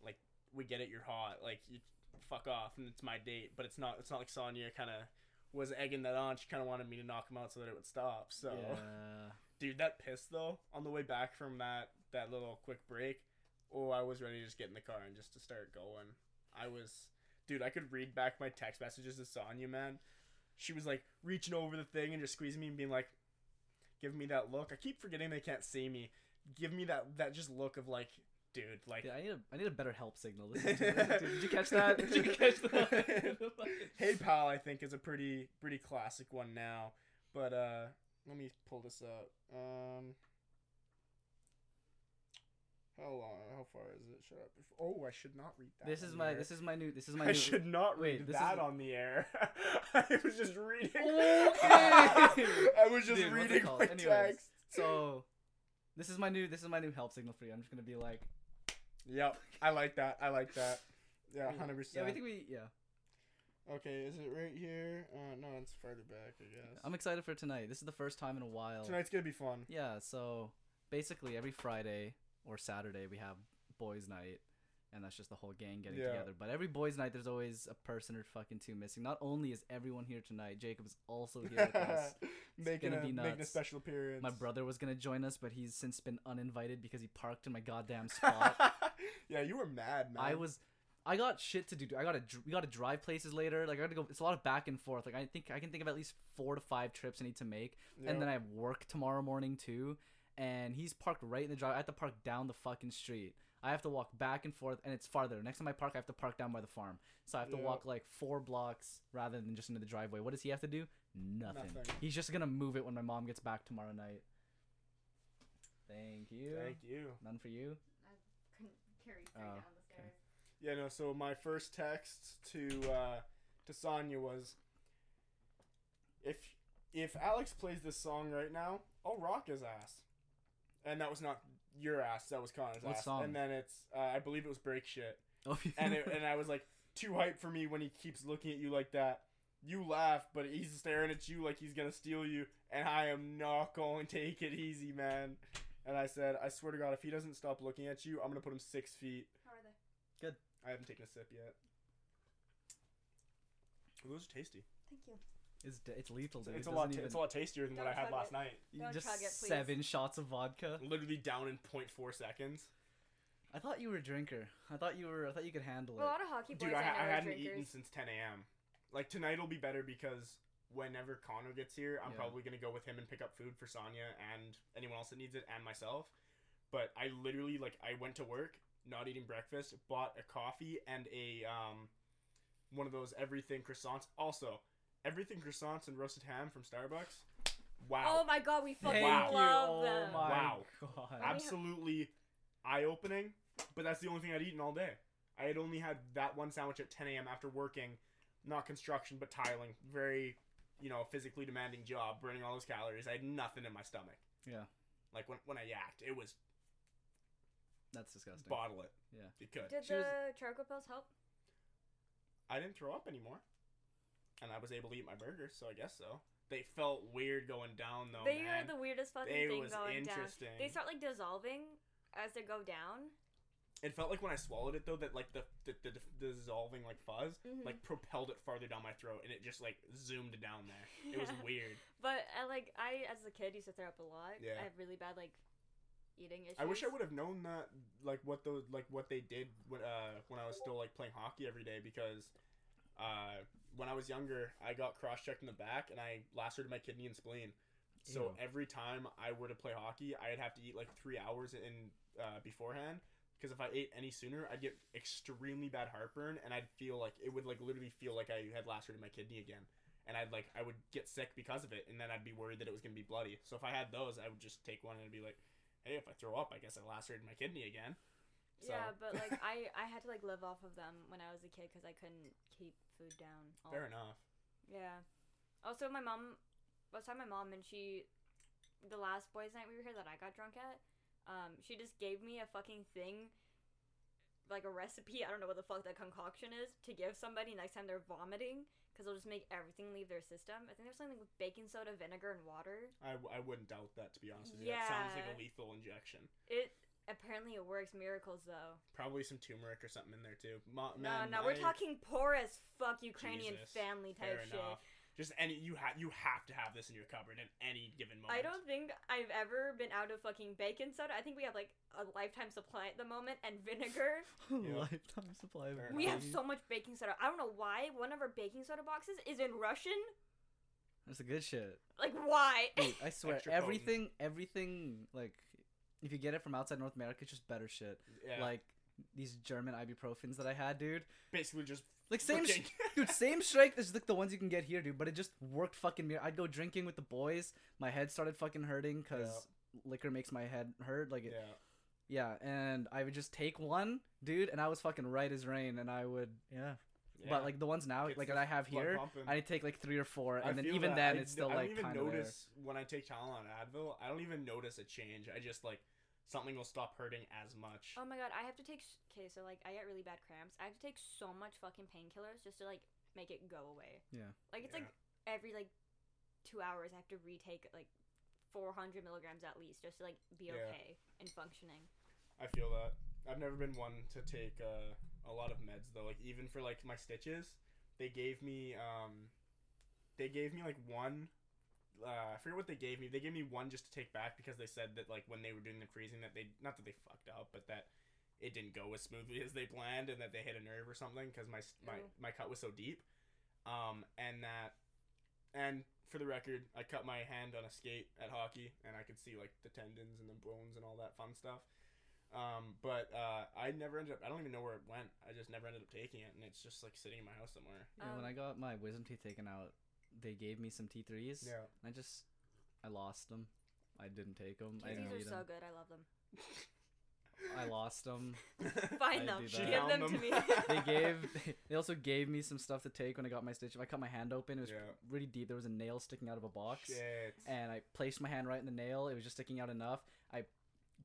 Speaker 1: like we get it, you're hot. Like you fuck off, and it's my date. But it's not. It's not like Sonya kind of was egging that on. She kind of wanted me to knock him out so that it would stop. So.
Speaker 2: Yeah.
Speaker 1: Dude, that piss though on the way back from that that little quick break. Oh, I was ready to just get in the car and just to start going. I was, dude. I could read back my text messages to Sonya, man. She was like reaching over the thing and just squeezing me and being like, giving me that look. I keep forgetting they can't see me. Give me that that just look of like, dude, like.
Speaker 2: Dude, I need a I need a better help signal.
Speaker 1: [laughs]
Speaker 2: Listen to it. Did you catch that? Did you catch that? [laughs]
Speaker 1: hey pal, I think is a pretty pretty classic one now. But uh, let me pull this up. Um, how long? How far is it? Shut up! Oh, I should not read that.
Speaker 2: This
Speaker 1: on
Speaker 2: is
Speaker 1: the
Speaker 2: my
Speaker 1: air. [laughs]
Speaker 2: this is my new this is my
Speaker 1: I
Speaker 2: new.
Speaker 1: should not
Speaker 2: wait,
Speaker 1: read
Speaker 2: this
Speaker 1: that
Speaker 2: is-
Speaker 1: on the air. [laughs] I was just reading.
Speaker 2: Okay.
Speaker 1: [laughs] I was just
Speaker 2: Dude, what's it
Speaker 1: reading
Speaker 2: called?
Speaker 1: my
Speaker 2: Anyways.
Speaker 1: text.
Speaker 2: So, this is my new this is my new help signal for you. I'm just gonna be like.
Speaker 1: Yep, I like that. I like that. Yeah, hundred
Speaker 2: Yeah,
Speaker 1: percent.
Speaker 2: we think we yeah.
Speaker 1: Okay, is it right here? Uh, no, it's farther back, I guess.
Speaker 2: I'm excited for tonight. This is the first time in a while.
Speaker 1: Tonight's gonna be fun.
Speaker 2: Yeah, so basically every Friday or Saturday we have boys' night, and that's just the whole gang getting
Speaker 1: Yeah.
Speaker 2: together. But every boys' night, there's always a person or fucking two missing. Not only is everyone here tonight, Jacob is also here
Speaker 1: [laughs]
Speaker 2: with us.
Speaker 1: making
Speaker 2: gonna
Speaker 1: a
Speaker 2: be
Speaker 1: making a
Speaker 2: nuts.
Speaker 1: special appearance. [laughs]
Speaker 2: My brother was gonna join us, but he's since been uninvited because he parked in
Speaker 1: [laughs]
Speaker 2: my goddamn spot.
Speaker 1: yeah, you were mad, man.
Speaker 2: I was. I got shit to do. I gotta. dr- We gotta drive places later. Like I gotta go. It's a lot of back and forth. Like I think I can think of at least four to five trips I need to make. and then I have work tomorrow morning too. And he's parked right in the drive. I have to park down the fucking street. I have to walk back and forth, and it's farther. Next time I park, I have to park down by the farm, so I have to
Speaker 1: Yeah.
Speaker 2: walk like four blocks rather than just into the driveway. What does he have to do? Nothing.
Speaker 1: Nothing.
Speaker 2: He's just gonna move it when my mom gets back tomorrow night. Thank you.
Speaker 1: Thank you.
Speaker 2: None for you.
Speaker 4: Couldn't carry three
Speaker 2: Oh,
Speaker 4: down the
Speaker 2: okay.
Speaker 4: stairs.
Speaker 1: Yeah, no. So my first text to uh, to Sonya was, if if Alex plays this song right now, I'll rock his ass. And that was not your ass. That was Connor's
Speaker 2: What
Speaker 1: ass.
Speaker 2: song?
Speaker 1: And then it's uh, I believe it was Break Shit.
Speaker 2: Oh,
Speaker 1: And
Speaker 2: [laughs]
Speaker 1: it, and I was like too hyped for me when he keeps looking at you like that. You laugh, but he's staring at you like he's gonna steal you, and I am not going to take it easy, man. And I said, I swear to God, if he doesn't stop looking at you, I'm gonna put him six feet.
Speaker 4: How are they?
Speaker 1: I haven't taken a sip yet. Ooh, those are tasty.
Speaker 4: Thank you.
Speaker 2: it's, d- it's lethal,
Speaker 1: It's,
Speaker 2: dude.
Speaker 1: it's
Speaker 2: It
Speaker 1: a lot.
Speaker 2: doesn't
Speaker 1: ta-
Speaker 2: even-
Speaker 1: it's a lot tastier than what I
Speaker 3: Don't
Speaker 1: had
Speaker 3: chug
Speaker 1: last
Speaker 3: it.
Speaker 1: night.
Speaker 2: you
Speaker 3: Don't
Speaker 2: just
Speaker 3: chug it, please.
Speaker 2: seven shots of vodka.
Speaker 1: Literally down in 0.4 seconds.
Speaker 2: I thought you were a drinker. I thought you were. I thought you could handle
Speaker 3: A lot
Speaker 2: it.
Speaker 3: of hockey boys
Speaker 1: Dude, I,
Speaker 3: I,
Speaker 1: ha-
Speaker 3: know
Speaker 1: I
Speaker 3: are
Speaker 1: hadn't eaten
Speaker 3: drinkers.
Speaker 1: since 10 a.m. Like tonight will be better because whenever Connor gets here, I'm
Speaker 2: Yeah.
Speaker 1: probably gonna go with him and pick up food for Sonya and anyone else that needs it and myself. But I literally like I went to work, not eating breakfast, bought a coffee and a um, one of those everything croissants. Also, everything croissants and roasted ham from Starbucks. Wow.
Speaker 3: Oh my god, we fucking
Speaker 2: Thank
Speaker 1: Wow.
Speaker 2: you.
Speaker 3: love
Speaker 2: oh
Speaker 3: them.
Speaker 2: my
Speaker 1: Wow.
Speaker 2: god.
Speaker 3: Ab-
Speaker 1: absolutely eye opening, but that's the only thing I'd eaten all day. I had only had that one sandwich at 10 a.m. after working, not construction, but tiling. Very, you know, physically demanding job, burning all those calories. I had nothing in my stomach.
Speaker 2: Yeah.
Speaker 1: Like when, when I yacked, it was
Speaker 2: That's disgusting.
Speaker 1: bottle it.
Speaker 2: Yeah.
Speaker 1: It could.
Speaker 3: Did
Speaker 2: She was-
Speaker 3: the charcoal pills help?
Speaker 1: I didn't throw up anymore. And I was able to eat my burger, so I guess so. They felt weird going down though.
Speaker 3: they
Speaker 1: Oh, man.
Speaker 3: are the weirdest fucking
Speaker 1: They
Speaker 3: thing
Speaker 1: was
Speaker 3: going down.
Speaker 1: interesting.
Speaker 3: They start like dissolving as they go down.
Speaker 1: It felt like when I swallowed it though that like the the, the, the dissolving like fuzz
Speaker 2: Mm-hmm.
Speaker 3: Mhm.
Speaker 1: like propelled it farther down my throat and it just like zoomed down there. It was
Speaker 3: Yeah.
Speaker 1: weird.
Speaker 3: But I like I as a kid used to throw up a lot.
Speaker 1: Yeah.
Speaker 3: I have really bad like eating issues.
Speaker 1: I wish I would have known that like what those like what they did when uh when I was still like playing hockey every day because uh when I was younger I got cross checked in the back and I lacerated my kidney and spleen. So
Speaker 2: Ew.
Speaker 1: every time I were to play hockey, I'd have to eat like three hours in uh, beforehand because if I ate any sooner, I'd get extremely bad heartburn and I'd feel like it would like literally feel like I had lacerated my kidney again. And I'd like I would get sick because of it, and then I'd be worried that it was gonna be bloody. So if I had those, I would just take one and I'd be like, "Hey, if I throw up, I guess I lacerated my kidney again." So,
Speaker 3: Yeah, but like
Speaker 1: [laughs]
Speaker 3: I I had to like live off of them when I was a kid because I couldn't keep food down. all-
Speaker 1: fair enough.
Speaker 3: Yeah. Also, my mom. I was talking to my mom, and she, the last boys' night we were here that I got drunk at, um, she just gave me a fucking thing, like a recipe. I don't know what the fuck that concoction is to give somebody next time they're vomiting, because it'll just make everything leave their system. I think there's something with baking soda, vinegar, and water.
Speaker 1: I, w- I wouldn't doubt that to be honest with you. That sounds like a
Speaker 3: Yeah.
Speaker 1: lethal injection.
Speaker 3: It apparently it works miracles though.
Speaker 1: Probably some turmeric or something in there too. Ma- Oh, man,
Speaker 3: no, no, we're
Speaker 1: I-
Speaker 3: talking poor as fuck Ukrainian
Speaker 1: Jesus.
Speaker 3: family
Speaker 1: Fair
Speaker 3: type shit.
Speaker 1: enough. Just any you have you have to have this in your cupboard at any given moment.
Speaker 3: I don't think I've ever been out of fucking bacon soda. I think we have like a lifetime supply at the moment and vinegar.
Speaker 1: Yeah.
Speaker 2: [laughs] Lifetime supply. of
Speaker 1: Fair
Speaker 3: We have
Speaker 2: booze.
Speaker 3: so much baking soda. I don't know why one of our baking soda boxes is in Russian.
Speaker 2: That's the good shit.
Speaker 3: Like why?
Speaker 2: Dude, I swear,
Speaker 1: Extra potent.
Speaker 2: everything, everything, like, if you get it from outside North America, it's just better shit.
Speaker 1: Yeah,
Speaker 2: Like these German ibuprofens that I had, dude.
Speaker 1: basically just
Speaker 2: Like same, sh-
Speaker 1: freaking-
Speaker 2: dude, same strength as like the ones you can get here, dude. But it just worked fucking mir- I'd go drinking with the boys. My head started fucking hurting because liquor makes my head hurt. Like, it,
Speaker 1: [laughs] yeah.
Speaker 2: yeah. And I would just take one, dude, and I was fucking right as rain. And I would, yeah.
Speaker 1: yeah.
Speaker 2: But like the ones now,
Speaker 1: Gets
Speaker 2: like
Speaker 1: the
Speaker 2: that I have
Speaker 1: blood
Speaker 2: here,
Speaker 1: pumping.
Speaker 2: I take like three or four, and
Speaker 1: I
Speaker 2: then
Speaker 1: feel
Speaker 2: even
Speaker 1: that.
Speaker 2: then,
Speaker 1: I
Speaker 2: it's
Speaker 1: d-
Speaker 2: still
Speaker 1: I
Speaker 2: like
Speaker 1: don't even
Speaker 2: kind of there.
Speaker 1: notice when I take Tylenol and Advil. I don't even notice a change. I just like something will stop hurting as much.
Speaker 3: Oh my god, I have to take. Okay, so like I get really bad cramps. I have to take so much fucking painkillers just to like make it go away.
Speaker 2: Yeah.
Speaker 3: Like it's
Speaker 1: Yeah.
Speaker 3: like every like two hours I have to retake like 400 milligrams at least just to like be
Speaker 1: Yeah.
Speaker 3: okay and functioning.
Speaker 1: I feel that. I've never been one to take uh, a lot of meds though. Like even for like my stitches, they gave me um, they gave me like one. Uh, I forget what they gave me. They gave me one just to take back because they said that like when they were doing the freezing that they not that they fucked up, but that it didn't go as smoothly [laughs] as they planned and that they hit a nerve or something because my s- my
Speaker 3: Oh.
Speaker 1: my cut was so deep. Um, and that and for the record, I cut my hand on a skate at hockey, and I could see like the tendons and the bones and all that fun stuff. Um, but uh, I never ended up. I don't even know where it went. I just never ended up taking it, and it's just like sitting in my house somewhere.
Speaker 2: Yeah, when
Speaker 3: Um,
Speaker 2: I got my wisdom teeth taken out, they gave me some T3s. And I just, I lost them. I didn't take them. I
Speaker 3: These
Speaker 2: didn't
Speaker 3: are
Speaker 2: eat
Speaker 3: so
Speaker 2: them.
Speaker 3: good. I
Speaker 2: [laughs]
Speaker 3: love them. [laughs]
Speaker 2: I lost them. I
Speaker 3: Find them. [laughs]
Speaker 2: do
Speaker 1: She
Speaker 2: that.
Speaker 3: Give
Speaker 1: found
Speaker 3: them
Speaker 1: [laughs]
Speaker 3: to me.
Speaker 2: They gave. [laughs] They also gave me some stuff to take when I got my stitch. I cut my hand open. [laughs] It was
Speaker 1: Yeah.
Speaker 2: really deep. There was a nail sticking out of a box,
Speaker 1: Shit.
Speaker 2: and I placed my hand right in the nail. It was just sticking out enough. I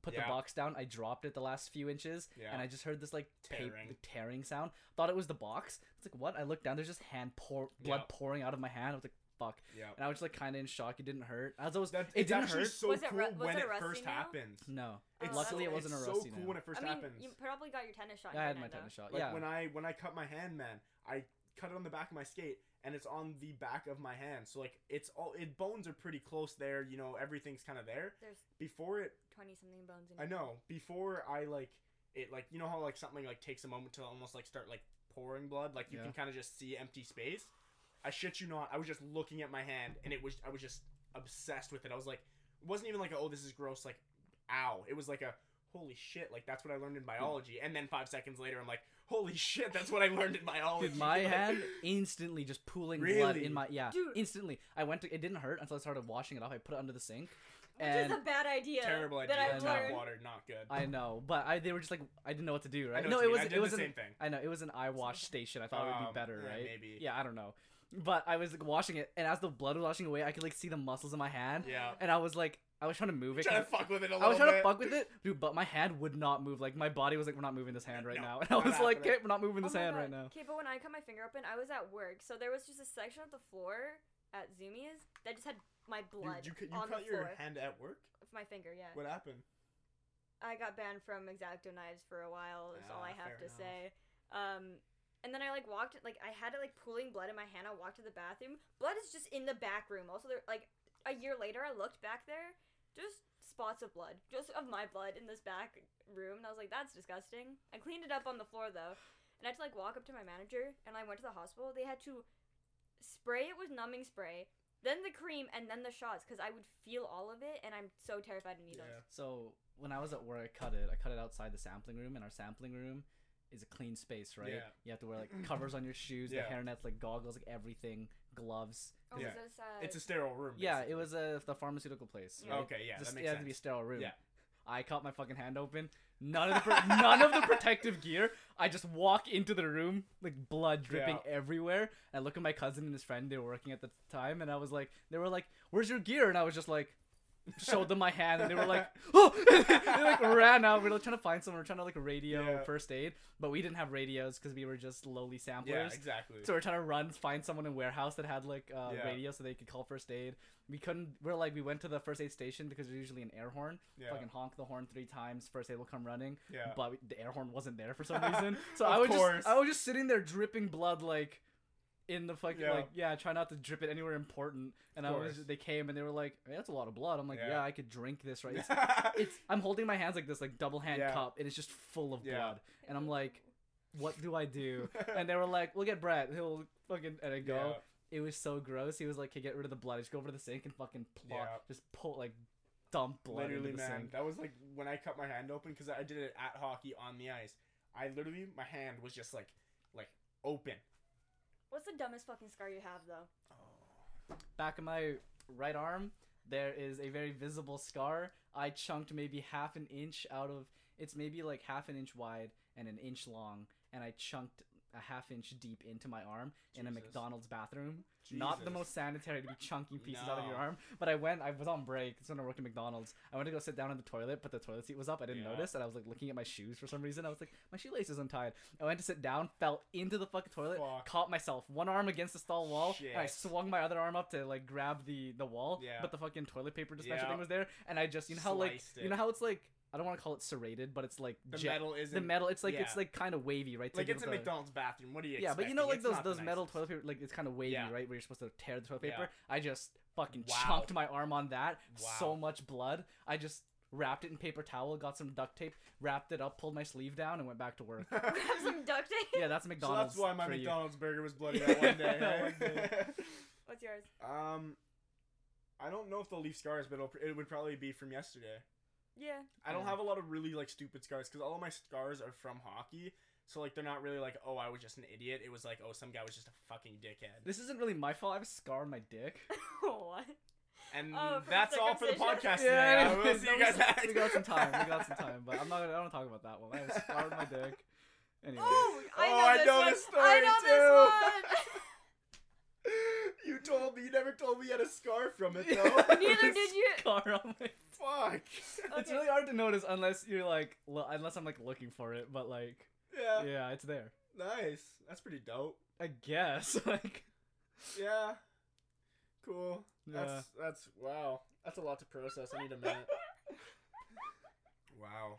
Speaker 2: put
Speaker 1: Yeah.
Speaker 2: the box down. I dropped it the last few inches,
Speaker 1: Yeah.
Speaker 2: and I just heard this like
Speaker 1: Tearing.
Speaker 2: Tape, tearing sound. Thought it was the box. It's like what? I looked down. There's just hand pour blood
Speaker 1: Yeah.
Speaker 2: pouring out of my hand. I was like, fuck.
Speaker 1: yeah.
Speaker 2: And I was like kind of in shock. It didn't hurt. As I was,
Speaker 1: That,
Speaker 2: it
Speaker 1: it's
Speaker 2: didn't
Speaker 1: actually
Speaker 2: hurt.
Speaker 1: so
Speaker 3: Was it
Speaker 1: cool
Speaker 3: ru- was
Speaker 1: when it,
Speaker 3: it a rusty
Speaker 1: first
Speaker 3: nail?
Speaker 1: happens.
Speaker 2: No.
Speaker 3: Oh,
Speaker 1: It's
Speaker 2: Luckily,
Speaker 1: so,
Speaker 2: it wasn't a
Speaker 1: it's
Speaker 2: rusty
Speaker 1: so cool
Speaker 2: nail.
Speaker 1: when it first
Speaker 3: I mean,
Speaker 1: happens.
Speaker 3: you probably got your tennis shot.
Speaker 2: I had
Speaker 3: that
Speaker 2: my
Speaker 3: night, though.
Speaker 2: tennis shot.
Speaker 1: Like
Speaker 2: yeah.
Speaker 1: when I when I cut my hand, man, I cut it on the back of my skate, and it's on the back of my hand. So like it's all it bones are pretty close there. You know everything's kind of there.
Speaker 3: There's
Speaker 1: Before it,
Speaker 3: twenty something bones in
Speaker 1: I
Speaker 3: it.
Speaker 1: know. Before I like it, like you know how like something like takes a moment to almost like start like pouring blood. Like you
Speaker 2: Yeah.
Speaker 1: can kind of just see empty space. I shit you not. I was just looking at my hand, and it was I was just obsessed with it. I was like, it wasn't even like a, oh this is gross. Like, ow. It was like a holy shit. Like that's what I learned in biology. And then five seconds later, I'm like, holy shit, that's what I learned in biology.
Speaker 2: Dude,
Speaker 1: [laughs]
Speaker 2: my
Speaker 1: Like-
Speaker 2: hand instantly just pooling blood
Speaker 1: Really?
Speaker 2: in my yeah.
Speaker 3: Dude.
Speaker 2: Instantly, I went to it didn't hurt until I started washing it off. I put it under the sink,
Speaker 3: Which
Speaker 2: and
Speaker 3: is a bad idea.
Speaker 1: Terrible idea.
Speaker 3: That I've
Speaker 2: Yeah, I know.
Speaker 1: Tap
Speaker 3: learned.
Speaker 1: water, not good.
Speaker 2: I know, but I they were just like I didn't know what to do.
Speaker 1: I
Speaker 2: Right?
Speaker 1: know
Speaker 2: No,
Speaker 1: what you
Speaker 2: it
Speaker 1: mean.
Speaker 2: was
Speaker 1: I
Speaker 2: it
Speaker 1: did
Speaker 2: was
Speaker 1: the
Speaker 2: an,
Speaker 1: same thing.
Speaker 2: I know it was an eye wash
Speaker 3: Something.
Speaker 2: station. I thought it would
Speaker 1: Um,
Speaker 2: be better,
Speaker 1: yeah,
Speaker 2: right?
Speaker 1: maybe.
Speaker 2: Yeah, I don't know, but I was like washing it, and as the blood was washing away, I could like see the muscles in my hand,
Speaker 1: Yeah.
Speaker 2: and I was like I was trying to move it.
Speaker 1: Trying to
Speaker 2: 'cause
Speaker 1: fuck with it a little
Speaker 2: I was trying
Speaker 1: bit.
Speaker 2: to fuck with it, dude, but my hand would not move. Like my body was like, we're not moving this hand right
Speaker 1: No,
Speaker 2: now, [laughs] and I
Speaker 1: not
Speaker 2: was like,
Speaker 1: happening.
Speaker 2: okay, we're not moving
Speaker 3: Oh
Speaker 2: this
Speaker 3: my
Speaker 2: hand
Speaker 3: God.
Speaker 2: right now.
Speaker 3: Okay, but when I cut my finger open, I was at work, so there was just a section of the floor at Zoomies that just had my
Speaker 1: You,
Speaker 3: blood
Speaker 1: you, cut- you
Speaker 3: on
Speaker 1: cut
Speaker 3: the
Speaker 1: your
Speaker 3: floor.
Speaker 1: hand at work?
Speaker 3: of my finger, yeah.
Speaker 1: What happened?
Speaker 3: I got banned from Exacto knives for a while. Is all
Speaker 1: Ah,
Speaker 3: I have
Speaker 1: fair
Speaker 3: to
Speaker 1: enough.
Speaker 3: say. Um, and then I like walked, like I had it like pooling blood in my hand. I walked to the bathroom. Blood is just in the back room. Also, there like a year later, I looked back there, just spots of blood, just of my blood in this back room. And I was like, that's disgusting. I cleaned it up on the floor though, and I had to like walk up to my manager. And I went to the hospital. They had to spray it with numbing spray. Then the cream and then the shots because I would feel all of it and I'm so terrified of needles.
Speaker 2: So when I was at work, I cut it. I cut it outside the sampling room, and our sampling room is a clean space, right?
Speaker 1: Yeah.
Speaker 2: You have to wear like
Speaker 1: [clears throat]
Speaker 2: covers on your shoes,
Speaker 1: Yeah.
Speaker 2: the hairnets, like goggles, like everything, gloves.
Speaker 3: Oh,
Speaker 2: 'cause
Speaker 1: Yeah.
Speaker 3: is this, uh,
Speaker 1: It's a sterile room.
Speaker 2: Yeah,
Speaker 1: basically.
Speaker 2: it was a the pharmaceutical place.
Speaker 3: Yeah.
Speaker 2: Right?
Speaker 1: Okay, yeah,
Speaker 2: Just,
Speaker 1: that
Speaker 2: it
Speaker 1: makes
Speaker 2: had to be a
Speaker 1: sense.
Speaker 2: sterile room.
Speaker 1: Yeah.
Speaker 2: I cut my fucking hand open. None of the pro- [laughs] none of the protective gear. I just walk into the room like blood dripping
Speaker 1: Yeah.
Speaker 2: everywhere. I look at my cousin and his friend. They were working at the time, and I was like, they were like, "Where's your gear?" And I was just like, showed them my hand, and they
Speaker 1: [laughs]
Speaker 2: were like, "Oh!" [laughs] they like ran out. We were like, trying to find someone. We are trying to like radio
Speaker 1: Yeah.
Speaker 2: first aid, but we didn't have radios because we were just lowly samplers.
Speaker 1: Yeah, exactly.
Speaker 2: So we're trying to run, find someone in warehouse that had like uh,
Speaker 1: Yeah.
Speaker 2: radio so they could call first aid. We couldn't. We're like we went to the first aid station because there's usually an air horn.
Speaker 1: Yeah.
Speaker 2: Fucking honk the horn three times, first aid will come running.
Speaker 1: yeah.
Speaker 2: But we, the air horn wasn't there for some
Speaker 1: [laughs]
Speaker 2: reason. So I
Speaker 1: Of
Speaker 2: was
Speaker 1: course.
Speaker 2: just I was just sitting there dripping blood like in the fucking
Speaker 1: Yeah.
Speaker 2: like yeah try not to drip it anywhere important. And I was
Speaker 1: course.
Speaker 2: they came and they were like hey, that's a lot of blood. I'm like
Speaker 1: Yeah.
Speaker 2: yeah, I could drink this
Speaker 1: [laughs]
Speaker 2: right. It's, it's I'm holding my hands like this like double hand
Speaker 1: Yeah.
Speaker 2: cup and it's just full of
Speaker 1: Yeah.
Speaker 2: blood. And I'm like what do I do? and they were like, "We'll get Brett. He'll fucking and I go." It was so gross. He was like, "Hey, get rid of the blood. Just go over to the sink and fucking plop,
Speaker 1: Yeah.
Speaker 2: just pull like dump blood
Speaker 1: literally,
Speaker 2: into the
Speaker 1: man,
Speaker 2: sink."
Speaker 1: that was like when I cut my hand open because I did it at hockey on the ice. I literally, my hand was just like, like open.
Speaker 3: What's the dumbest fucking scar you have though? [laughs]
Speaker 2: Oh, Back of my right arm, there is a very visible scar. I chunked maybe half an inch out of. It's maybe like half an inch wide and an inch long, and I chunked a half inch deep into my arm in a
Speaker 1: Jesus.
Speaker 2: McDonald's bathroom. Not the
Speaker 1: Jesus.
Speaker 2: most sanitary to be chunking pieces out of your
Speaker 1: No.
Speaker 2: arm. But I went, I was on break. It's when I worked at McDonald's. I went to go sit down in the toilet, but the toilet seat was up. I didn't
Speaker 1: Yeah.
Speaker 2: notice. And I was like looking at my shoes for some reason. I was like, my shoelace is untied. I went to sit down, fell into the fucking toilet,
Speaker 1: Fuck.
Speaker 2: caught myself. One arm against the stall wall. And I
Speaker 1: Shit.
Speaker 2: swung my other arm up to like grab the, the wall.
Speaker 1: Yeah.
Speaker 2: But the fucking toilet paper dispenser
Speaker 1: Yeah.
Speaker 2: thing was there. And I just, you know how like,
Speaker 1: Sliced
Speaker 2: you
Speaker 1: it.
Speaker 2: know how it's like, I don't want to call it serrated, but it's like
Speaker 1: The
Speaker 2: jet-
Speaker 1: metal isn't.
Speaker 2: The metal, it's like it's
Speaker 1: yeah.
Speaker 2: like kind of wavy, right? So
Speaker 1: like
Speaker 2: give
Speaker 1: it's
Speaker 2: it
Speaker 1: a
Speaker 2: the-
Speaker 1: McDonald's bathroom. What do you?
Speaker 2: yeah, but you know, like
Speaker 1: expecting?
Speaker 2: those
Speaker 1: It's
Speaker 2: those
Speaker 1: not the
Speaker 2: metal
Speaker 1: nicest. [laughs]
Speaker 2: [laughs] toilet paper, like it's kind of wavy,
Speaker 1: Yeah.
Speaker 2: right? Where you're supposed to tear the toilet
Speaker 1: Yeah.
Speaker 2: paper. I just fucking
Speaker 1: Wow.
Speaker 2: chunked my arm on that. So
Speaker 1: Wow.
Speaker 2: much blood. I just wrapped it in paper towel, got some duct tape, wrapped it up, pulled my sleeve down, and went back
Speaker 1: [laughs]
Speaker 2: to work.
Speaker 3: Grab some
Speaker 2: [laughs]
Speaker 3: duct tape.
Speaker 2: yeah, that's
Speaker 1: so
Speaker 2: McDonald's.
Speaker 1: that's why my
Speaker 2: for you.
Speaker 1: McDonald's burger was bloody that one [laughs] day.
Speaker 2: That
Speaker 1: eh?
Speaker 2: one day.
Speaker 3: What's yours?
Speaker 1: um, I don't know if they'll leave scars, but it'll, it would probably be from yesterday.
Speaker 3: Yeah.
Speaker 2: [laughs]
Speaker 1: I don't
Speaker 2: Yeah.
Speaker 1: have a lot of really like stupid scars because all of my scars are from hockey. So like they're not really like oh I was just an idiot. It was like oh some guy was just a fucking [laughs] dickhead.
Speaker 2: This isn't really my fault. I have a scar on my
Speaker 1: [laughs]
Speaker 2: dick. Oh,
Speaker 3: what?
Speaker 1: And
Speaker 3: Oh, from
Speaker 1: that's all for the podcast
Speaker 2: [laughs]
Speaker 3: circumcision.
Speaker 1: today. I will
Speaker 2: anyways,
Speaker 1: see you
Speaker 2: that
Speaker 1: guys
Speaker 2: was-
Speaker 1: back.
Speaker 2: We got some time. We
Speaker 1: [laughs]
Speaker 2: got some time, but I'm not. I don't talk about that one. I have a scar on my dick. Anyway.
Speaker 3: Oh, I know,
Speaker 1: Oh, I
Speaker 3: this,
Speaker 1: know
Speaker 3: one.
Speaker 1: this story
Speaker 3: I know this one.
Speaker 1: [laughs] you told me you never told me you had a scar from it though.
Speaker 2: [laughs] have
Speaker 3: Neither
Speaker 2: a
Speaker 3: did you-
Speaker 2: Scar on my. [laughs]
Speaker 1: Fuck.
Speaker 2: It's
Speaker 3: Okay.
Speaker 2: really hard to notice unless you're like, lo- unless I'm like looking for it. But like,
Speaker 1: Yeah,
Speaker 2: yeah, it's there.
Speaker 1: Nice. That's pretty dope.
Speaker 2: I guess. [laughs] Like,
Speaker 1: Yeah. Cool.
Speaker 2: Yeah.
Speaker 1: That's that's wow. That's a lot to process. I need a
Speaker 2: [laughs]
Speaker 1: minute. wow.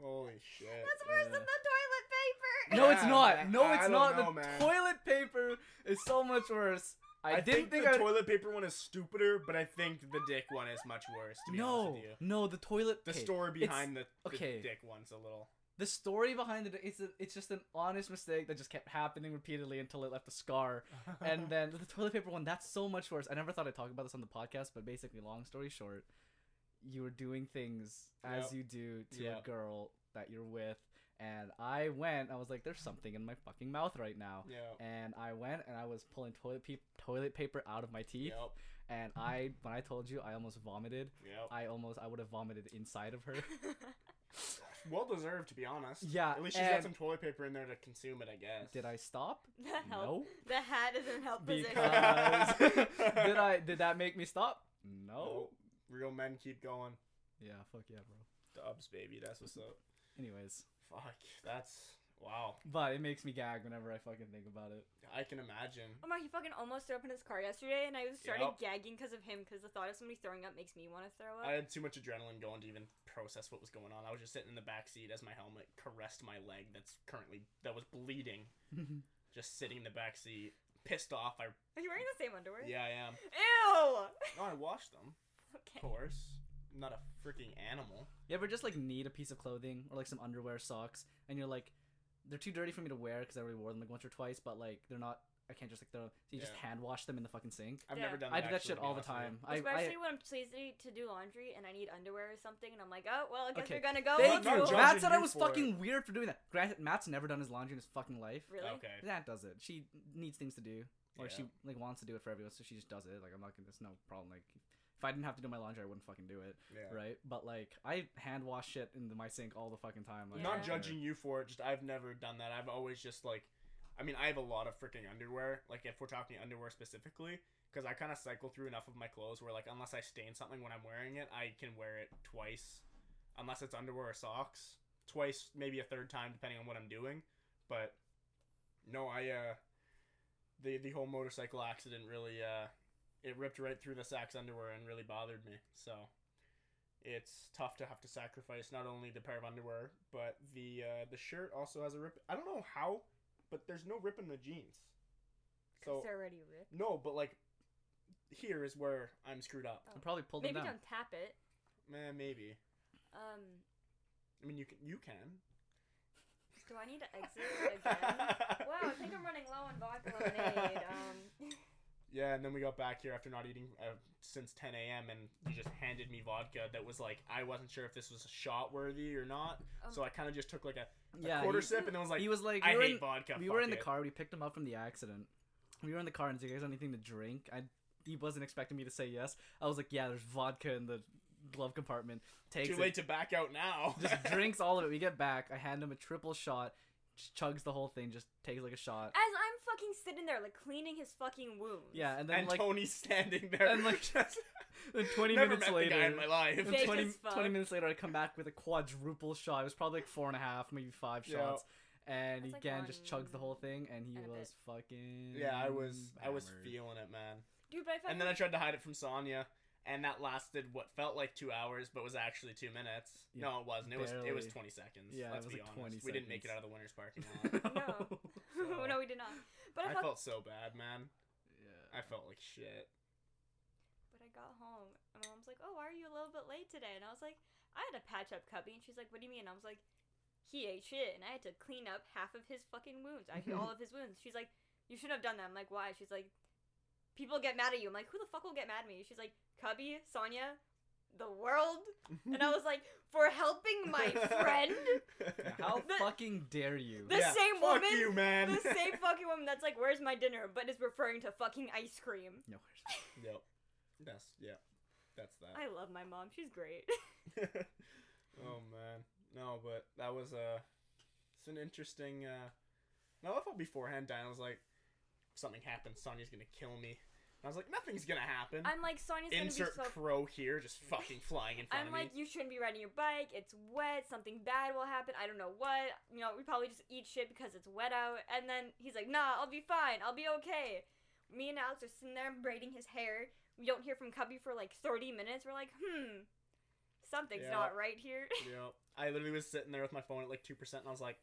Speaker 1: Holy shit.
Speaker 3: That's worse than
Speaker 2: Yeah.
Speaker 3: the toilet paper.
Speaker 2: no, it's
Speaker 1: Yeah,
Speaker 2: not.
Speaker 1: man.
Speaker 2: No,
Speaker 1: I
Speaker 2: it's
Speaker 1: don't
Speaker 2: not.
Speaker 1: know,
Speaker 2: the
Speaker 1: man.
Speaker 2: toilet paper is so much worse. I, didn't think,
Speaker 1: the
Speaker 2: I.
Speaker 1: toilet paper one is stupider, but I think the dick one is much worse. To be honest
Speaker 2: no,
Speaker 1: with you,
Speaker 2: no, the toilet.
Speaker 1: the
Speaker 2: okay,
Speaker 1: story
Speaker 2: it's-
Speaker 1: behind the, the
Speaker 2: okay.
Speaker 1: dick one's a little.
Speaker 2: [laughs] the story behind it it's a, it's just an honest mistake that just kept happening repeatedly until it left
Speaker 1: [laughs]
Speaker 2: a scar and then the toilet paper one that's so much worse i never thought i'd talk about this on the podcast but basically long story short you were doing things as
Speaker 1: Yep.
Speaker 2: you do to
Speaker 1: Yep.
Speaker 2: a girl that you're with and i went i was like there's something in my fucking mouth right now
Speaker 1: yeah.
Speaker 2: and i went and i was pulling toilet, pe- toilet paper out of my teeth
Speaker 1: Yep.
Speaker 2: and i when i told you i almost vomited
Speaker 1: Yep.
Speaker 2: i almost i would have vomited inside [laughs] of her
Speaker 1: Well deserved, to be honest.
Speaker 2: yeah
Speaker 1: At least she's got
Speaker 2: and-
Speaker 1: some toilet paper in there to consume it, I guess.
Speaker 2: did i stop
Speaker 3: [laughs] that help.
Speaker 2: No.
Speaker 3: The hat is in help [laughs] position.
Speaker 2: because did I did that make me stop? No.
Speaker 1: Nope. Oh, Real men keep going.
Speaker 2: Yeah, fuck yeah, bro.
Speaker 1: Dubs, baby. That's what's up.
Speaker 2: Anyways,
Speaker 1: Fuck. That's wow.
Speaker 2: but it makes me gag whenever I fucking think about it. [laughs]
Speaker 1: I can imagine.
Speaker 3: Oh my, he fucking almost threw up in his car yesterday, and I was started
Speaker 1: Yep.
Speaker 3: gagging because of him, because the thought of somebody throwing up makes me want to throw
Speaker 1: I
Speaker 3: up.
Speaker 1: had too much adrenaline going to even process what was going on. I was just sitting in the back seat as my helmet caressed my leg that's currently that was bleeding. Just sitting in the back seat, pissed off. I
Speaker 3: Are you wearing the same underwear?
Speaker 1: yeah, I am.
Speaker 3: Ew! [laughs]
Speaker 1: No, I washed them, of
Speaker 3: Okay.
Speaker 2: Oh,
Speaker 1: course. I'm not a freaking animal.
Speaker 2: you ever just like need a piece of clothing or like some underwear, socks, and you're like, they're too dirty for me to wear because I already wore them like once or twice, but like they're not. I can't just like throw. So you just
Speaker 1: Yeah.
Speaker 2: hand wash them in the fucking sink.
Speaker 1: I've
Speaker 3: Yeah.
Speaker 1: never done.
Speaker 2: I do that
Speaker 1: actually,
Speaker 2: shit
Speaker 1: to be
Speaker 2: all the
Speaker 1: honest with you.
Speaker 2: time. I, I
Speaker 3: Especially when I'm pleased to to do laundry and I need underwear or something, and I'm like, oh, well, I guess
Speaker 2: Okay.
Speaker 3: we're gonna go.
Speaker 2: thank
Speaker 1: not
Speaker 2: you.
Speaker 1: judging
Speaker 2: Matt said I
Speaker 1: you
Speaker 2: was
Speaker 1: for it.
Speaker 2: fucking weird for doing that. Granted, Matt's never done his laundry in his fucking life.
Speaker 3: Really?
Speaker 1: Okay.
Speaker 2: That does it. She needs things to do, or
Speaker 1: Yeah.
Speaker 2: she like wants to do it for everyone, so she just does it. Like I'm not gonna, there's no problem. Like if I didn't have to do my laundry, I wouldn't fucking do it,
Speaker 1: Yeah.
Speaker 2: right? But like I hand wash shit into my sink all the fucking time. Like,
Speaker 1: Not
Speaker 3: Yeah.
Speaker 1: judging you for it. Just I've never done that. I've always just like, I mean, I have a lot of freaking underwear. Like if we're talking underwear specifically, because I kind of cycle through enough of my clothes where like unless I stain something when I'm wearing it, I can wear it twice, unless it's underwear or socks, twice maybe a third time depending on what I'm doing. But no, I uh, the the whole motorcycle accident really uh, it ripped right through the Saks underwear and really bothered me. So it's tough to have to sacrifice not only the pair of underwear but the uh, the shirt also has a rip. I don't know how, but there's no rip in the jeans. So
Speaker 3: they're already ripped.
Speaker 1: no, but like here is where I'm screwed up.
Speaker 2: I probably pulled
Speaker 3: Maybe
Speaker 2: them down.
Speaker 3: don't tap it. Oh.
Speaker 1: Man, maybe.
Speaker 3: Um,
Speaker 1: I mean, you can you can.
Speaker 3: do I need to
Speaker 1: [laughs]
Speaker 3: exit again? wow, I think I'm running low on vodka lemonade. Um, [laughs]
Speaker 1: Yeah, and then we got back here after not eating uh, since 10 a.m. and you just handed me vodka that was like I wasn't sure if this was shot worthy or not,
Speaker 3: Um,
Speaker 1: so I kind of just took like a,
Speaker 2: Yeah,
Speaker 1: quarter
Speaker 2: he,
Speaker 1: sip and then was like,
Speaker 2: he was like,
Speaker 1: I
Speaker 2: we were
Speaker 1: hate
Speaker 2: in,
Speaker 1: vodka.
Speaker 2: we were
Speaker 1: fuck
Speaker 2: in the
Speaker 1: it.
Speaker 2: car. We picked him up from the accident. We were in the car and said, "You guys want anything to drink?" I he wasn't expecting me to say yes. I was like, "Yeah, there's vodka in the glove compartment." Takes
Speaker 1: Too
Speaker 2: it,
Speaker 1: late to back out now.
Speaker 2: [laughs]
Speaker 1: [laughs]
Speaker 2: just drinks all of it. We get back. I hand him a triple shot, ch- chugs the whole thing, just takes like a shot.
Speaker 3: as I'm fucking sitting there, like cleaning his fucking wounds.
Speaker 2: Yeah, and then
Speaker 1: and
Speaker 2: like
Speaker 1: Tony's standing there.
Speaker 2: and,
Speaker 1: [laughs]
Speaker 2: like, [laughs]
Speaker 1: just,
Speaker 2: then 20
Speaker 1: never
Speaker 2: minutes
Speaker 1: met the guy in my
Speaker 2: later.
Speaker 1: life.
Speaker 2: then
Speaker 3: Fake
Speaker 2: 20,
Speaker 3: as fuck.
Speaker 2: 20 minutes later, I come back with a quadruple shot. It was probably like four and a half, maybe five
Speaker 1: Yeah.
Speaker 2: shots. And
Speaker 3: That's
Speaker 2: he
Speaker 3: like
Speaker 2: again just chugs the whole
Speaker 3: one
Speaker 2: thing, and he
Speaker 3: and a
Speaker 2: was fucking.
Speaker 1: Yeah, I was I was
Speaker 2: Mm, hammered.
Speaker 1: feeling it, man.
Speaker 3: Dude, but I fucking.
Speaker 1: And then I tried to hide it from Sonya, and that lasted what felt like two hours, but was actually two minutes.
Speaker 2: Yeah,
Speaker 1: no, it wasn't. It was it was
Speaker 2: barely.
Speaker 1: twenty seconds.
Speaker 2: Yeah, it
Speaker 1: let's
Speaker 2: was,
Speaker 1: be
Speaker 2: like,
Speaker 1: honest.
Speaker 2: 20
Speaker 1: We didn't make it out of
Speaker 2: seconds.
Speaker 1: the winner's
Speaker 2: [laughs]
Speaker 1: parking lot.
Speaker 3: No. [laughs]
Speaker 1: So-
Speaker 3: no, we did not. But I,
Speaker 1: I
Speaker 3: fuck-
Speaker 1: felt so bad, man.
Speaker 2: Yeah.
Speaker 1: I felt like shit.
Speaker 3: But I got home, and my mom's like, "Oh, why are you a little bit late today?" And I was like, "I had a patch up cubby," and she's like, "What do you mean?" And I was like, "He ate shit, and I had to clean up half of his fucking wounds, actually all of his wounds." She's like, "You shouldn't have done that." I'm like, "Why?" She's like, "People get mad at you." I'm like, "Who the fuck will get mad at me?" She's like, "Cubby, Sonia, the world. And I was like, for
Speaker 1: [laughs]
Speaker 3: helping my friend,
Speaker 2: [laughs] How
Speaker 3: The-
Speaker 2: fucking dare you?
Speaker 3: the
Speaker 1: Yeah,
Speaker 3: same
Speaker 1: Fuck
Speaker 3: woman,
Speaker 1: you, man.
Speaker 3: the
Speaker 1: [laughs]
Speaker 3: same fucking woman that's like, "Where's my dinner?" but is referring to fucking ice cream.
Speaker 2: No.
Speaker 1: Yep. That's yeah. That's that.
Speaker 3: I love my mom. She's great.
Speaker 1: [laughs] oh man, no, but that was uh, it's an interesting. Uh, and I love how beforehand Dinah's like, something happened, Sonya's gonna kill me. And I was like, nothing's gonna happen.
Speaker 3: I'm like, Sonya's gonna
Speaker 1: Insert
Speaker 3: be so.
Speaker 1: crow here,
Speaker 3: [laughs]
Speaker 1: just fucking flying in front of
Speaker 3: I'm like, [laughs]
Speaker 1: me.
Speaker 3: you shouldn't be riding your bike. It's wet. Something bad will happen. I don't know what. You know, we probably just eat shit because it's wet out. And then he's like, nah, I'll be fine. I'll be okay. Me and Alex are sitting there braiding his hair. We don't hear from Cubby for like 30 minutes. We're like, hmm, something's
Speaker 1: Yeah.
Speaker 3: not right here. [laughs]
Speaker 1: Yep. I literally was sitting there with my phone at like two percent, and I was like,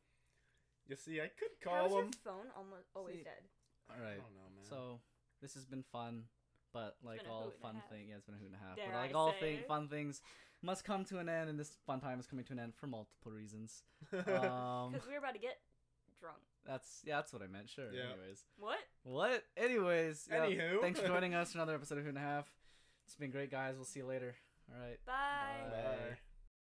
Speaker 1: you see, I could
Speaker 3: How's
Speaker 1: call him.
Speaker 3: your phone almost always
Speaker 2: See,
Speaker 3: dead?
Speaker 2: All
Speaker 1: I
Speaker 2: right.
Speaker 1: don't know, Oh, man.
Speaker 2: So this has been fun, but like
Speaker 3: been a
Speaker 2: all
Speaker 3: hoot and a
Speaker 2: fun
Speaker 3: half.
Speaker 2: things, yeah, it's been a hoot and a half.
Speaker 3: Dare
Speaker 2: but like
Speaker 3: I
Speaker 2: all
Speaker 3: say
Speaker 2: thing,
Speaker 3: it.
Speaker 2: fun things must come to an end, and this fun time is coming to an end for
Speaker 1: [laughs]
Speaker 2: multiple reasons. Um,
Speaker 3: [laughs] Because we were about to get drunk.
Speaker 2: that's yeah, that's what I meant. Sure.
Speaker 1: Yeah.
Speaker 2: Anyways,
Speaker 3: What?
Speaker 2: what? Anyways. yeah,
Speaker 1: Anywho.
Speaker 2: thanks
Speaker 1: [laughs]
Speaker 2: for joining us for another episode of Hoot and a Half. It's been great, guys. We'll see you later. All right.
Speaker 3: Bye.
Speaker 1: Bye.